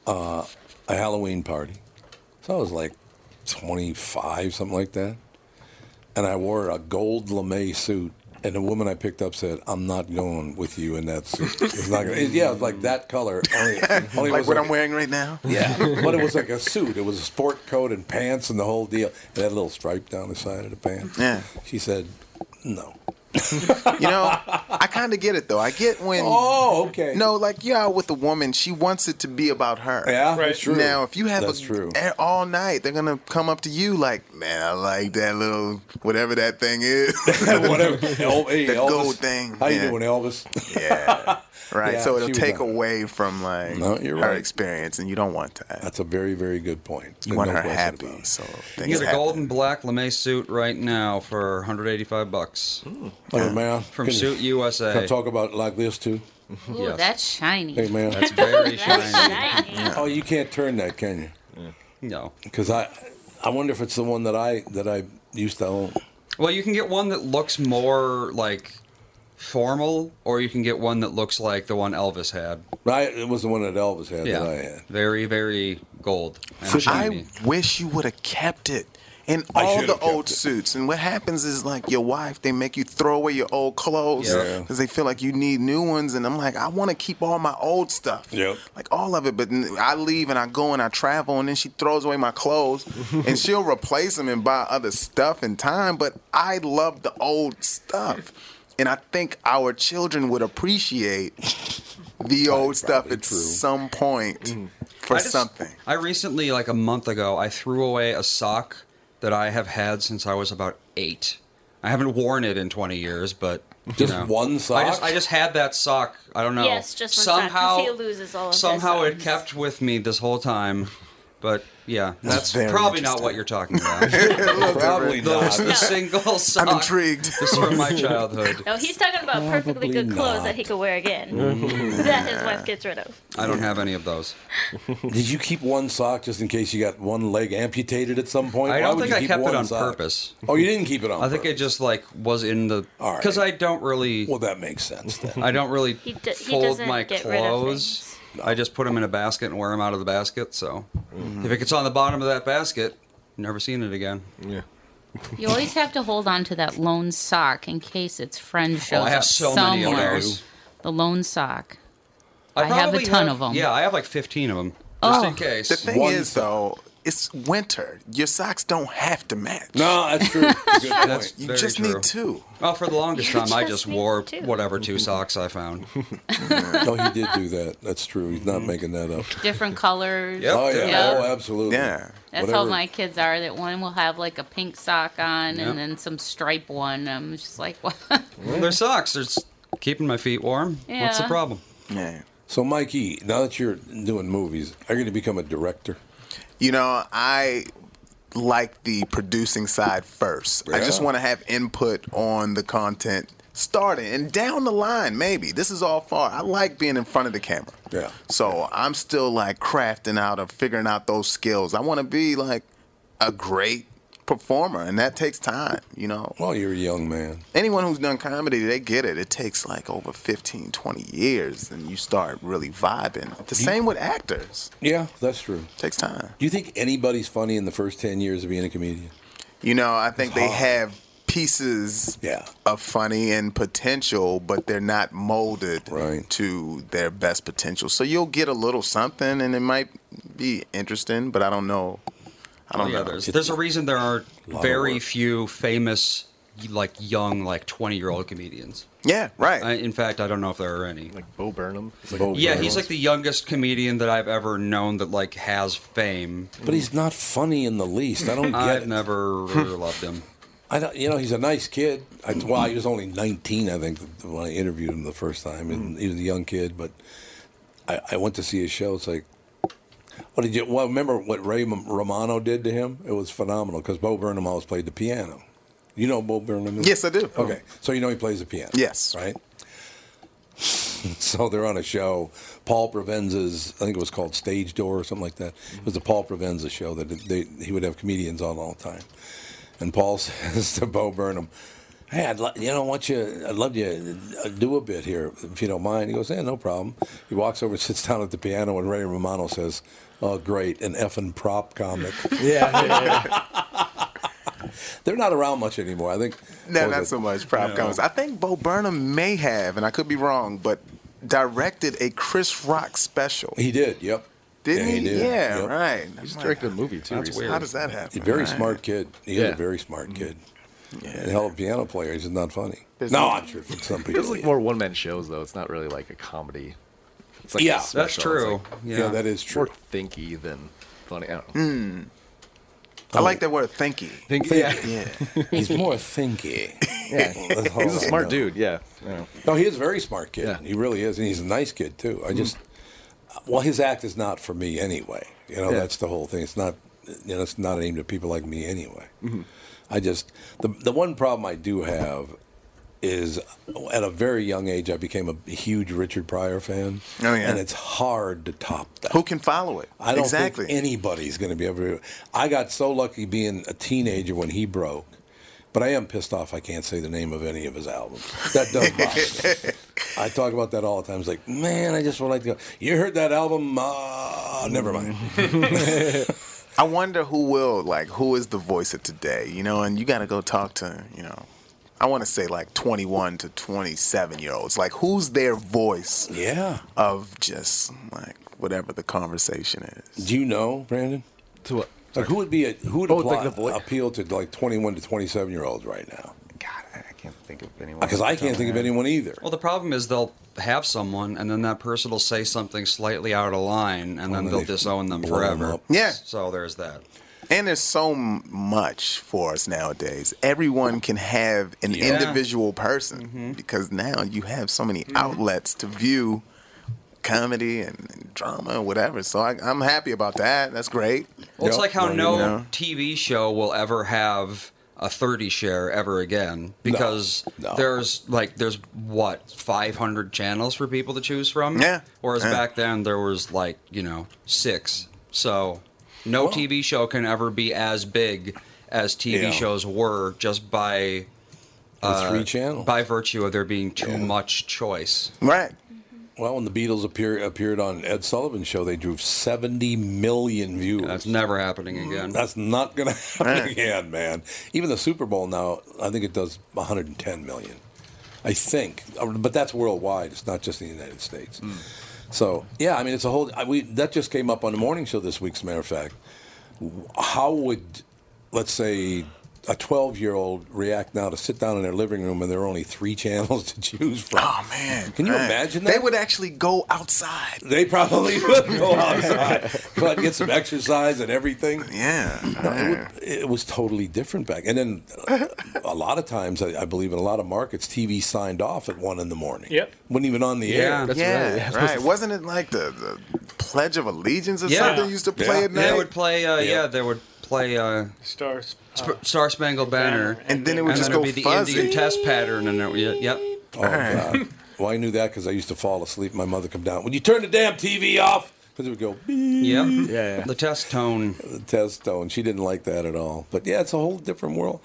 [SPEAKER 6] uh, a Halloween party. So I was like 25, something like that. And I wore a gold lame suit. And the woman I picked up said, "I'm not going with you in that suit. It's not gonna, it- yeah, it's like that color.
[SPEAKER 2] *laughs*
[SPEAKER 6] Only, only it
[SPEAKER 2] like
[SPEAKER 6] was
[SPEAKER 2] what
[SPEAKER 6] like-
[SPEAKER 2] I'm wearing right now.
[SPEAKER 6] Yeah, but it was like a suit. It was a sport coat and pants and the whole deal. It had a little stripe down the side of the pants.
[SPEAKER 2] Yeah.
[SPEAKER 6] She said, "No."
[SPEAKER 2] You know, I kind of get it though. I get when.
[SPEAKER 6] Oh, okay.
[SPEAKER 2] No, like yeah, with a woman, she wants it to be about her.
[SPEAKER 6] Yeah, that's Right. true.
[SPEAKER 2] Now, if you have
[SPEAKER 6] That's
[SPEAKER 2] a,
[SPEAKER 6] true.
[SPEAKER 2] a- all night, they're gonna come up to you like, man, I like that little whatever that thing is,
[SPEAKER 6] *laughs*
[SPEAKER 2] *laughs*
[SPEAKER 6] whatever. *laughs* El- hey,
[SPEAKER 2] the
[SPEAKER 6] Elvis.
[SPEAKER 2] gold thing.
[SPEAKER 6] How you
[SPEAKER 2] Yeah.
[SPEAKER 6] doing, Elvis? *laughs*
[SPEAKER 2] Yeah. right?
[SPEAKER 6] Yeah,
[SPEAKER 2] so it'll
[SPEAKER 6] she was
[SPEAKER 2] take
[SPEAKER 6] *laughs* not-
[SPEAKER 2] away from like
[SPEAKER 6] No, you're
[SPEAKER 2] her
[SPEAKER 6] right.
[SPEAKER 2] experience, and you don't want that.
[SPEAKER 6] That's a very, very good point.
[SPEAKER 2] You
[SPEAKER 6] There's
[SPEAKER 2] want
[SPEAKER 6] no
[SPEAKER 2] her
[SPEAKER 6] question
[SPEAKER 2] happy,
[SPEAKER 6] about it.
[SPEAKER 2] so
[SPEAKER 10] You
[SPEAKER 2] things
[SPEAKER 10] get a
[SPEAKER 2] happen.
[SPEAKER 10] golden black lame suit right now for 185 bucks.
[SPEAKER 6] Hey, Oh, man.
[SPEAKER 10] From
[SPEAKER 6] can you-
[SPEAKER 10] Suit USA.
[SPEAKER 6] Can I talk about it like this, too?
[SPEAKER 5] Ooh, that's shiny.
[SPEAKER 6] Hey,
[SPEAKER 5] *laughs*
[SPEAKER 6] man.
[SPEAKER 10] That's very
[SPEAKER 5] That's
[SPEAKER 10] shiny.
[SPEAKER 5] shiny.
[SPEAKER 6] Oh, you can't turn that, can you?
[SPEAKER 10] No.
[SPEAKER 6] Because I, I wonder if it's the one that I that I used to own.
[SPEAKER 10] Well, you can get one that looks more like formal, or you can get one that looks like the one Elvis had.
[SPEAKER 6] Right, it was the one that Elvis had
[SPEAKER 10] yeah.
[SPEAKER 6] that I had.
[SPEAKER 10] Very, very gold. and
[SPEAKER 2] I
[SPEAKER 10] shiny.
[SPEAKER 2] wish you would have kept it. And
[SPEAKER 10] I
[SPEAKER 2] all
[SPEAKER 10] should
[SPEAKER 2] the
[SPEAKER 10] have kept
[SPEAKER 2] old suits. And what happens is like your wife, they make you throw away your old clothes
[SPEAKER 6] Yeah.
[SPEAKER 2] because they feel like you need new ones. And I'm like, I want to keep all my old stuff. *laughs*
[SPEAKER 6] Yep.
[SPEAKER 2] Like all of it. But n- I leave and I go and I travel and then she throws away my clothes
[SPEAKER 6] *laughs*
[SPEAKER 2] and she'll replace them and buy other stuff in time. But I love the old stuff. And I think our children would appreciate the old stuff at some point
[SPEAKER 6] Mm-hmm.
[SPEAKER 2] for
[SPEAKER 10] I just-
[SPEAKER 2] something.
[SPEAKER 10] I recently, like a month ago, I threw away a sock that I have had since I was about eight. I haven't worn it in 20 years, but you
[SPEAKER 6] Just
[SPEAKER 10] know.
[SPEAKER 6] one
[SPEAKER 10] I just,
[SPEAKER 6] sock?
[SPEAKER 10] I just had that sock. I don't know.
[SPEAKER 12] Yes, just one sock, 'cause
[SPEAKER 10] somehow
[SPEAKER 12] he loses all of his
[SPEAKER 10] somehow it
[SPEAKER 12] socks.
[SPEAKER 10] kept with me this whole time. But yeah, that's,
[SPEAKER 2] That's very
[SPEAKER 10] probably not
[SPEAKER 2] interesting.
[SPEAKER 10] what
[SPEAKER 2] *laughs*
[SPEAKER 10] you're talking
[SPEAKER 11] *laughs*
[SPEAKER 10] about.
[SPEAKER 6] Probably
[SPEAKER 10] the,
[SPEAKER 6] not.
[SPEAKER 10] the
[SPEAKER 6] No.
[SPEAKER 10] single sock. I'm
[SPEAKER 2] intrigued.
[SPEAKER 10] This is
[SPEAKER 11] *laughs*
[SPEAKER 10] from my childhood.
[SPEAKER 12] No, he's talking about perfectly good
[SPEAKER 10] Probably
[SPEAKER 12] clothes
[SPEAKER 10] not.
[SPEAKER 12] that he could wear again.
[SPEAKER 6] Mm-hmm.
[SPEAKER 12] *laughs* that his wife gets rid of.
[SPEAKER 10] I don't have any of those.
[SPEAKER 6] *laughs* Did you keep one sock just in case you got one leg amputated at some point?
[SPEAKER 10] I
[SPEAKER 6] Why
[SPEAKER 10] don't
[SPEAKER 6] would
[SPEAKER 10] think
[SPEAKER 6] you
[SPEAKER 10] I
[SPEAKER 6] keep
[SPEAKER 10] kept it
[SPEAKER 6] one
[SPEAKER 10] on
[SPEAKER 6] sock?
[SPEAKER 10] purpose.
[SPEAKER 6] Oh, you didn't keep it on.
[SPEAKER 10] I think it just like was in the
[SPEAKER 6] right.
[SPEAKER 10] because I don't really. Well,
[SPEAKER 6] that makes sense. Then.
[SPEAKER 10] I don't really
[SPEAKER 12] He d- he
[SPEAKER 10] fold
[SPEAKER 12] doesn't
[SPEAKER 10] my
[SPEAKER 12] get rid of
[SPEAKER 10] clothes. I just put them in a basket and wear them out of the basket. So
[SPEAKER 6] Mm-hmm.
[SPEAKER 10] if it gets on the bottom of that basket, never seen it again. Yeah.
[SPEAKER 5] You always have to hold on to that lone sock in case its friend shows
[SPEAKER 10] Oh, I have
[SPEAKER 5] up
[SPEAKER 10] so many of
[SPEAKER 5] somewhere.
[SPEAKER 10] those.
[SPEAKER 5] The lone sock. I, have a
[SPEAKER 10] probably
[SPEAKER 5] ton
[SPEAKER 10] have-
[SPEAKER 5] of them.
[SPEAKER 10] Yeah, I have like 15 of them just
[SPEAKER 5] Oh.
[SPEAKER 10] in case.
[SPEAKER 2] The thing is, though, it's winter. Your socks don't have to match.
[SPEAKER 6] No,
[SPEAKER 2] *laughs*
[SPEAKER 6] that's true. Good point.
[SPEAKER 10] That's
[SPEAKER 2] You
[SPEAKER 10] very
[SPEAKER 2] just
[SPEAKER 10] true.
[SPEAKER 2] need two.
[SPEAKER 10] Well, for the longest
[SPEAKER 2] You
[SPEAKER 10] time, I
[SPEAKER 2] just
[SPEAKER 10] just
[SPEAKER 2] need
[SPEAKER 10] wore
[SPEAKER 2] two.
[SPEAKER 10] whatever two socks I found.
[SPEAKER 6] Mm-hmm. *laughs*
[SPEAKER 10] Mm-hmm.
[SPEAKER 6] no, he did do that. That's true. He's not making that up.
[SPEAKER 5] Different colors.
[SPEAKER 6] Oh yeah.
[SPEAKER 5] Yep.
[SPEAKER 6] Oh, absolutely.
[SPEAKER 2] Yeah.
[SPEAKER 5] That's how my kids are. That one will have like a pink sock on
[SPEAKER 10] Yep.
[SPEAKER 5] and then some stripe one. I'm just like, *laughs* what?
[SPEAKER 10] They're socks. They're s- keeping my feet warm. What's the
[SPEAKER 5] Yeah.
[SPEAKER 10] problem?
[SPEAKER 2] Yeah.
[SPEAKER 6] So, Mikey, now that you're doing movies, are you going to become a director?
[SPEAKER 2] You know, I like the producing side first. I just
[SPEAKER 6] Yeah.
[SPEAKER 2] want to have input on the content starting and down the line, maybe. This is all far. I like being in front of the camera.
[SPEAKER 6] Yeah.
[SPEAKER 2] So I'm still like crafting out of figuring out those skills. I want to be like a great performer, and that takes time, you know.
[SPEAKER 6] Well, you're a young man.
[SPEAKER 2] anyone who's done comedy they get it it takes like over 15 20 years and you start really vibing the same with actors
[SPEAKER 6] Yeah, that's true.
[SPEAKER 2] takes time
[SPEAKER 6] Do you think anybody's funny in the first 10 years of being a comedian?
[SPEAKER 2] you know i think they
[SPEAKER 6] hard.
[SPEAKER 2] have pieces of funny and potential but they're not molded to their best potential so you'll get a little something and it might be interesting but i don't know i don't
[SPEAKER 10] Well,
[SPEAKER 2] know
[SPEAKER 10] Oh, There's, there's a reason there are
[SPEAKER 2] of
[SPEAKER 10] very few famous, like young, like 20 year old comedians.
[SPEAKER 2] Yeah, right.
[SPEAKER 10] I, in fact, I don't know if there are any.
[SPEAKER 9] Like Bo Burnham. It's like-
[SPEAKER 10] yeah, he's like the youngest comedian that I've ever known that like has fame.
[SPEAKER 6] But he's not funny in the least.
[SPEAKER 10] *laughs*
[SPEAKER 6] I don't get
[SPEAKER 10] I've
[SPEAKER 6] it.
[SPEAKER 10] never loved him.
[SPEAKER 6] I don't, you know, he's a nice kid. I, well, he was only 19, I think, when I interviewed him the first time, and he was a young kid. But I, I went to see his show. It's like, what did you? Well, remember what Ray M- Romano did to him? It was phenomenal because Bo Burnham always played the piano. You know Bo Burnham? is?
[SPEAKER 2] Yes, I do.
[SPEAKER 14] Oh.
[SPEAKER 6] Okay, so you know he plays the piano.
[SPEAKER 2] Yes.
[SPEAKER 6] right. *laughs* so they're on a show. Paul Provenza's, I think it was called Stage Door or something like that. It was the Paul Provenza show that they, he would have comedians on all the time. And Paul *laughs* says to Bo Burnham, "Hey, I'd lo- you know, want you? I'd love you to do a bit here, if you don't mind." He goes, "Yeah, no problem." He walks over, *laughs* and sits down at the piano, and Ray Romano says, "Oh, great, an effing prop comic." They're not around much anymore. I think.
[SPEAKER 2] No,
[SPEAKER 6] what was
[SPEAKER 2] not
[SPEAKER 6] it?
[SPEAKER 2] so much. Prop
[SPEAKER 6] No.
[SPEAKER 2] comics. I think Bo Burnham may have, and I could be wrong, but directed a Chris Rock special.
[SPEAKER 6] He did. Yep.
[SPEAKER 2] Didn't
[SPEAKER 6] Yeah,
[SPEAKER 2] he?
[SPEAKER 6] he did.
[SPEAKER 2] Yeah,
[SPEAKER 6] Yep.
[SPEAKER 2] right. I'm
[SPEAKER 9] He's
[SPEAKER 2] like,
[SPEAKER 9] directed a movie too.
[SPEAKER 2] That's
[SPEAKER 9] recently.
[SPEAKER 2] weird. How does that happen?
[SPEAKER 6] He's a very
[SPEAKER 2] Right. Mm.
[SPEAKER 6] smart kid. He is
[SPEAKER 9] Yeah.
[SPEAKER 6] a very smart kid. And a hell of a piano player. He's just not funny.
[SPEAKER 9] There's
[SPEAKER 6] no,
[SPEAKER 9] no-
[SPEAKER 6] I'm sure for some people.
[SPEAKER 9] It's like
[SPEAKER 6] yeah.
[SPEAKER 9] more one man shows though. It's not really like a comedy. It's like
[SPEAKER 6] Yeah.
[SPEAKER 9] a
[SPEAKER 6] That's
[SPEAKER 9] special. It's
[SPEAKER 6] true.
[SPEAKER 9] like-
[SPEAKER 6] Yeah, that is
[SPEAKER 9] More thinky than funny. I don't know.
[SPEAKER 2] Hmm. I like that word, thinky.
[SPEAKER 9] Thinky,
[SPEAKER 2] yeah.
[SPEAKER 6] *laughs* He's more thinky.
[SPEAKER 9] Yeah.
[SPEAKER 6] That's all
[SPEAKER 9] He's a
[SPEAKER 6] I
[SPEAKER 9] smart
[SPEAKER 6] know.
[SPEAKER 9] dude, yeah.
[SPEAKER 6] No, he is a very smart kid.
[SPEAKER 9] Yeah.
[SPEAKER 6] He really is, and he's a nice kid too. I just, well, his act is not for me anyway. You know,
[SPEAKER 9] Yeah.
[SPEAKER 6] that's the whole thing. It's not, you know, it's not aimed at people like me anyway. I just the the one problem I do have is at a very young age I became a huge Richard Pryor fan.
[SPEAKER 2] Oh, yeah.
[SPEAKER 6] and it's hard to top that.
[SPEAKER 2] Who can follow it?
[SPEAKER 6] I don't
[SPEAKER 2] exactly.
[SPEAKER 6] think anybody's going to be able to. I got so lucky being a teenager when he broke, but I am pissed off I can't say the name of any of his albums. That does bother
[SPEAKER 9] *laughs*
[SPEAKER 6] me. I talk about that all the time. It's like, man, I just would like to go. You heard that album? Uh,
[SPEAKER 9] *laughs*
[SPEAKER 6] never mind.
[SPEAKER 2] *laughs* I wonder who will like who is the voice of today, you know, and you got to go talk to, you know, I want to say like 21 to 27 year olds. Like who's their voice?
[SPEAKER 6] Yeah.
[SPEAKER 2] Of just like whatever the conversation is.
[SPEAKER 6] Do you know, Brandon?
[SPEAKER 9] To what?
[SPEAKER 6] Like, who would be a who would
[SPEAKER 9] Oh,
[SPEAKER 6] apply,
[SPEAKER 9] like the voice-
[SPEAKER 6] appeal to like twenty-one to twenty-seven year olds right now?
[SPEAKER 9] I can't think of anyone.
[SPEAKER 6] Because I can't think of anyone either.
[SPEAKER 10] Well, the problem is they'll have someone, and then that person will say something slightly out of line, and
[SPEAKER 2] then
[SPEAKER 10] then they'll
[SPEAKER 2] they
[SPEAKER 10] disown them
[SPEAKER 2] blow them
[SPEAKER 10] forever.
[SPEAKER 2] up. Yeah.
[SPEAKER 10] So there's that.
[SPEAKER 2] And there's so m- much for us nowadays. Everyone can have an
[SPEAKER 10] Yeah. Mm-hmm.
[SPEAKER 2] individual person because now you have so many outlets to view comedy and, and drama and whatever. So I, I'm happy about that. That's great.
[SPEAKER 10] Well, it's like how no
[SPEAKER 2] You know?
[SPEAKER 10] TV show will ever have a 30 share ever again because
[SPEAKER 2] No.
[SPEAKER 10] there's like there's what 500 channels for people to choose from.
[SPEAKER 2] Yeah.
[SPEAKER 10] Whereas
[SPEAKER 2] Yeah.
[SPEAKER 10] back then there was like you know six. So no
[SPEAKER 9] Well-
[SPEAKER 10] TV show can ever be as big as TV
[SPEAKER 9] Yeah.
[SPEAKER 10] shows were just by uh,
[SPEAKER 6] The three channel.
[SPEAKER 10] by virtue of there being too much choice.
[SPEAKER 2] Right.
[SPEAKER 6] Well, when the Beatles appear, appeared on Ed Sullivan's show, they drew 70 million viewers. That's
[SPEAKER 10] never happening again.
[SPEAKER 6] That's not going to *laughs* happen
[SPEAKER 2] Man.
[SPEAKER 6] again, man. Even the Super Bowl now, I think it does 110 million. I think. Uh, But that's worldwide. It's not just in the United States. So, yeah, I mean, it's a whole. I, we, that just came up on the morning show this week, as a matter of fact. How would, let's say, a 12 year old react now to sit down in their living room and there are only three *laughs* channels to choose from? Oh,
[SPEAKER 2] man.
[SPEAKER 6] Can you
[SPEAKER 2] Man,
[SPEAKER 6] imagine
[SPEAKER 2] They
[SPEAKER 6] that?
[SPEAKER 2] would actually go outside.
[SPEAKER 6] They probably *laughs* would go outside, but get some exercise and everything.
[SPEAKER 2] Yeah,
[SPEAKER 6] it, would- it was totally different back. And then uh, a lot of times, I, I believe in a lot of markets, TV signed off at one in the morning.
[SPEAKER 2] Yep.
[SPEAKER 6] wasn't even on the air.
[SPEAKER 10] *laughs*
[SPEAKER 2] yeah, right. Wasn't it like the, the Pledge of Allegiance or something used to play at night?
[SPEAKER 10] They would play. Uh, Yeah, they would play. Uh,
[SPEAKER 4] Star
[SPEAKER 10] Sp- Star Spangled Banner,
[SPEAKER 2] And then it would just
[SPEAKER 10] it'd
[SPEAKER 2] go
[SPEAKER 10] be the
[SPEAKER 2] fuzzy.
[SPEAKER 10] Indian test pattern, and it, yeah, yep.
[SPEAKER 6] Oh God. Well, I knew that because I used to fall asleep. My mother come down. Would you turn the damn TV off? Because it would go.
[SPEAKER 10] Yep.
[SPEAKER 6] Yeah.
[SPEAKER 10] The test tone.
[SPEAKER 6] The test tone. She didn't like that at all. But yeah, it's a whole different world.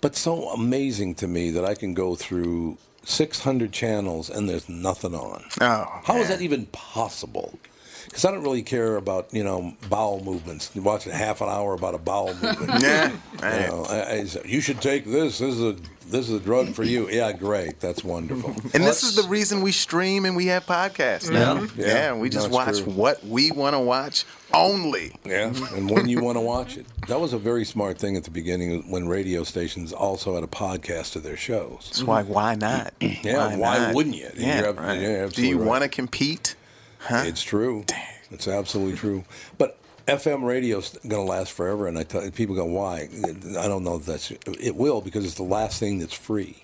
[SPEAKER 6] But so amazing to me that I can go through 600 channels and there's nothing on.
[SPEAKER 2] Oh,
[SPEAKER 6] How is that even possible? Because I don't really care about you know bowel movements. You watch a half an hour about a bowel movement.
[SPEAKER 2] *laughs* Yeah,
[SPEAKER 6] you, know, I- I say, "You should take this. This is a this is a drug for you. Yeah, great. That's wonderful.
[SPEAKER 2] And this is the reason we stream and we have podcasts. now.
[SPEAKER 6] Yeah.
[SPEAKER 2] Yeah,
[SPEAKER 6] Yeah.
[SPEAKER 2] we
[SPEAKER 6] No,
[SPEAKER 2] just
[SPEAKER 6] it's
[SPEAKER 2] watch
[SPEAKER 6] true.
[SPEAKER 2] what we want to watch only.
[SPEAKER 6] Yeah, and when you want to watch it. That was a very smart thing at the beginning when radio stations also had a podcast of their shows.
[SPEAKER 2] That's why. Why not?
[SPEAKER 6] *clears throat* Yeah, why
[SPEAKER 2] not?
[SPEAKER 6] wouldn't you? You're
[SPEAKER 2] Yeah,
[SPEAKER 6] ab-
[SPEAKER 2] right.
[SPEAKER 6] you're
[SPEAKER 2] Do
[SPEAKER 6] absolutely
[SPEAKER 2] you
[SPEAKER 6] right.
[SPEAKER 2] want to compete?
[SPEAKER 6] It's true. It's absolutely true. But FM radio's going to last forever, and I tell people go, "Why?" I don't know. If that's it will because it's the last thing that's free.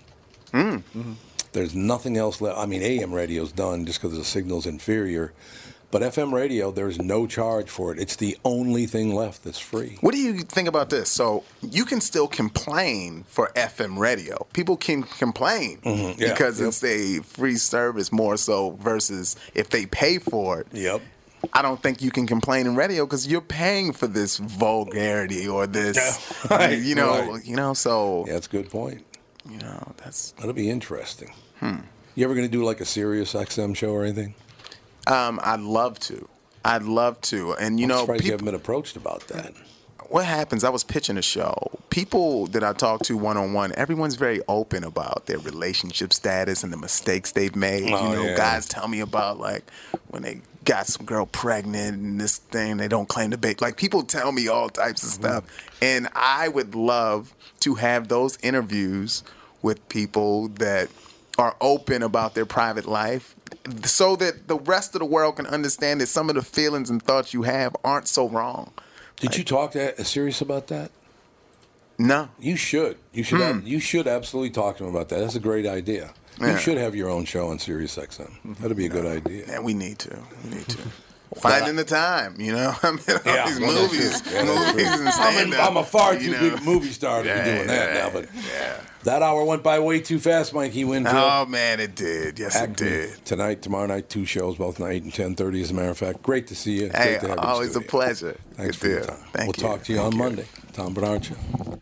[SPEAKER 2] Hmm.
[SPEAKER 6] Mm-hmm. There's nothing else left. I mean, AM radio's done just because the signal's inferior. But FM radio, there's no charge for it. It's the only thing left that's free.
[SPEAKER 2] What do you think about this? So you can still complain for FM radio. People can complain
[SPEAKER 6] Mhm, yeah,
[SPEAKER 2] because
[SPEAKER 6] yep.
[SPEAKER 2] it's a free service more so versus if they pay for it.
[SPEAKER 6] Yep.
[SPEAKER 2] I don't think you can complain in radio because you're paying for this vulgarity or this,
[SPEAKER 6] Yeah, *laughs* *laughs* right,
[SPEAKER 2] you know,
[SPEAKER 6] right.
[SPEAKER 2] you know. So
[SPEAKER 6] Yeah, that's a good point.
[SPEAKER 2] You know, that's
[SPEAKER 6] that'll be interesting.
[SPEAKER 10] Hmm.
[SPEAKER 6] You ever going to do like a serious XM show or anything?
[SPEAKER 2] Um, I'd love to. I'd love to. And you
[SPEAKER 6] I'm
[SPEAKER 2] know,
[SPEAKER 6] surprised you
[SPEAKER 2] peop-
[SPEAKER 6] haven't been approached about that.
[SPEAKER 2] what happens? I was pitching a show. People that I talk to one on one, everyone's very open about their relationship status and the mistakes they've made.
[SPEAKER 6] Oh,
[SPEAKER 2] you know,
[SPEAKER 6] yeah.
[SPEAKER 2] guys tell me about like when they got some girl pregnant and this thing they don't claim to be. Like people tell me all types of stuff,
[SPEAKER 6] Mm-hmm.
[SPEAKER 2] and I would love to have those interviews with people that are open about their private life so that the rest of the world can understand that some of the feelings and thoughts you have aren't so wrong.
[SPEAKER 6] Did you talk to Sirius uh, about that?
[SPEAKER 2] No, Hmm.
[SPEAKER 6] you should. You should. ab- you should absolutely talk to him about that. That's a great idea.
[SPEAKER 2] Yeah.
[SPEAKER 6] You should have your own show on SiriusXM. That'd be a good idea.
[SPEAKER 2] Yeah, we need to. We need to. Finding the time,
[SPEAKER 6] *laughs*
[SPEAKER 2] you know. *laughs* I mean, all
[SPEAKER 6] Yeah,
[SPEAKER 2] these
[SPEAKER 6] well, that's
[SPEAKER 2] movies,
[SPEAKER 6] true. Yeah, that's
[SPEAKER 2] movies
[SPEAKER 6] true.
[SPEAKER 2] and
[SPEAKER 6] I'm,
[SPEAKER 2] stand-up,
[SPEAKER 6] a- I'm a far
[SPEAKER 2] you
[SPEAKER 6] too
[SPEAKER 2] know.
[SPEAKER 6] big movie star to
[SPEAKER 2] Yeah,
[SPEAKER 6] be doing that
[SPEAKER 2] yeah,
[SPEAKER 6] now, but
[SPEAKER 2] yeah.
[SPEAKER 6] that hour went by way too fast, Mikey Winfield.
[SPEAKER 2] Oh, man, it did. Yes, it
[SPEAKER 6] did. Tonight, tomorrow night, two shows, both night and ten thirty. As a matter of fact, great to see
[SPEAKER 2] Hey, oh,
[SPEAKER 6] you. great to have you in
[SPEAKER 2] always a
[SPEAKER 6] studio.
[SPEAKER 2] pleasure.
[SPEAKER 6] Thanks
[SPEAKER 2] Good
[SPEAKER 6] for your
[SPEAKER 2] deal.
[SPEAKER 6] time. we'll talk to you on Monday. Tom Bernard Show.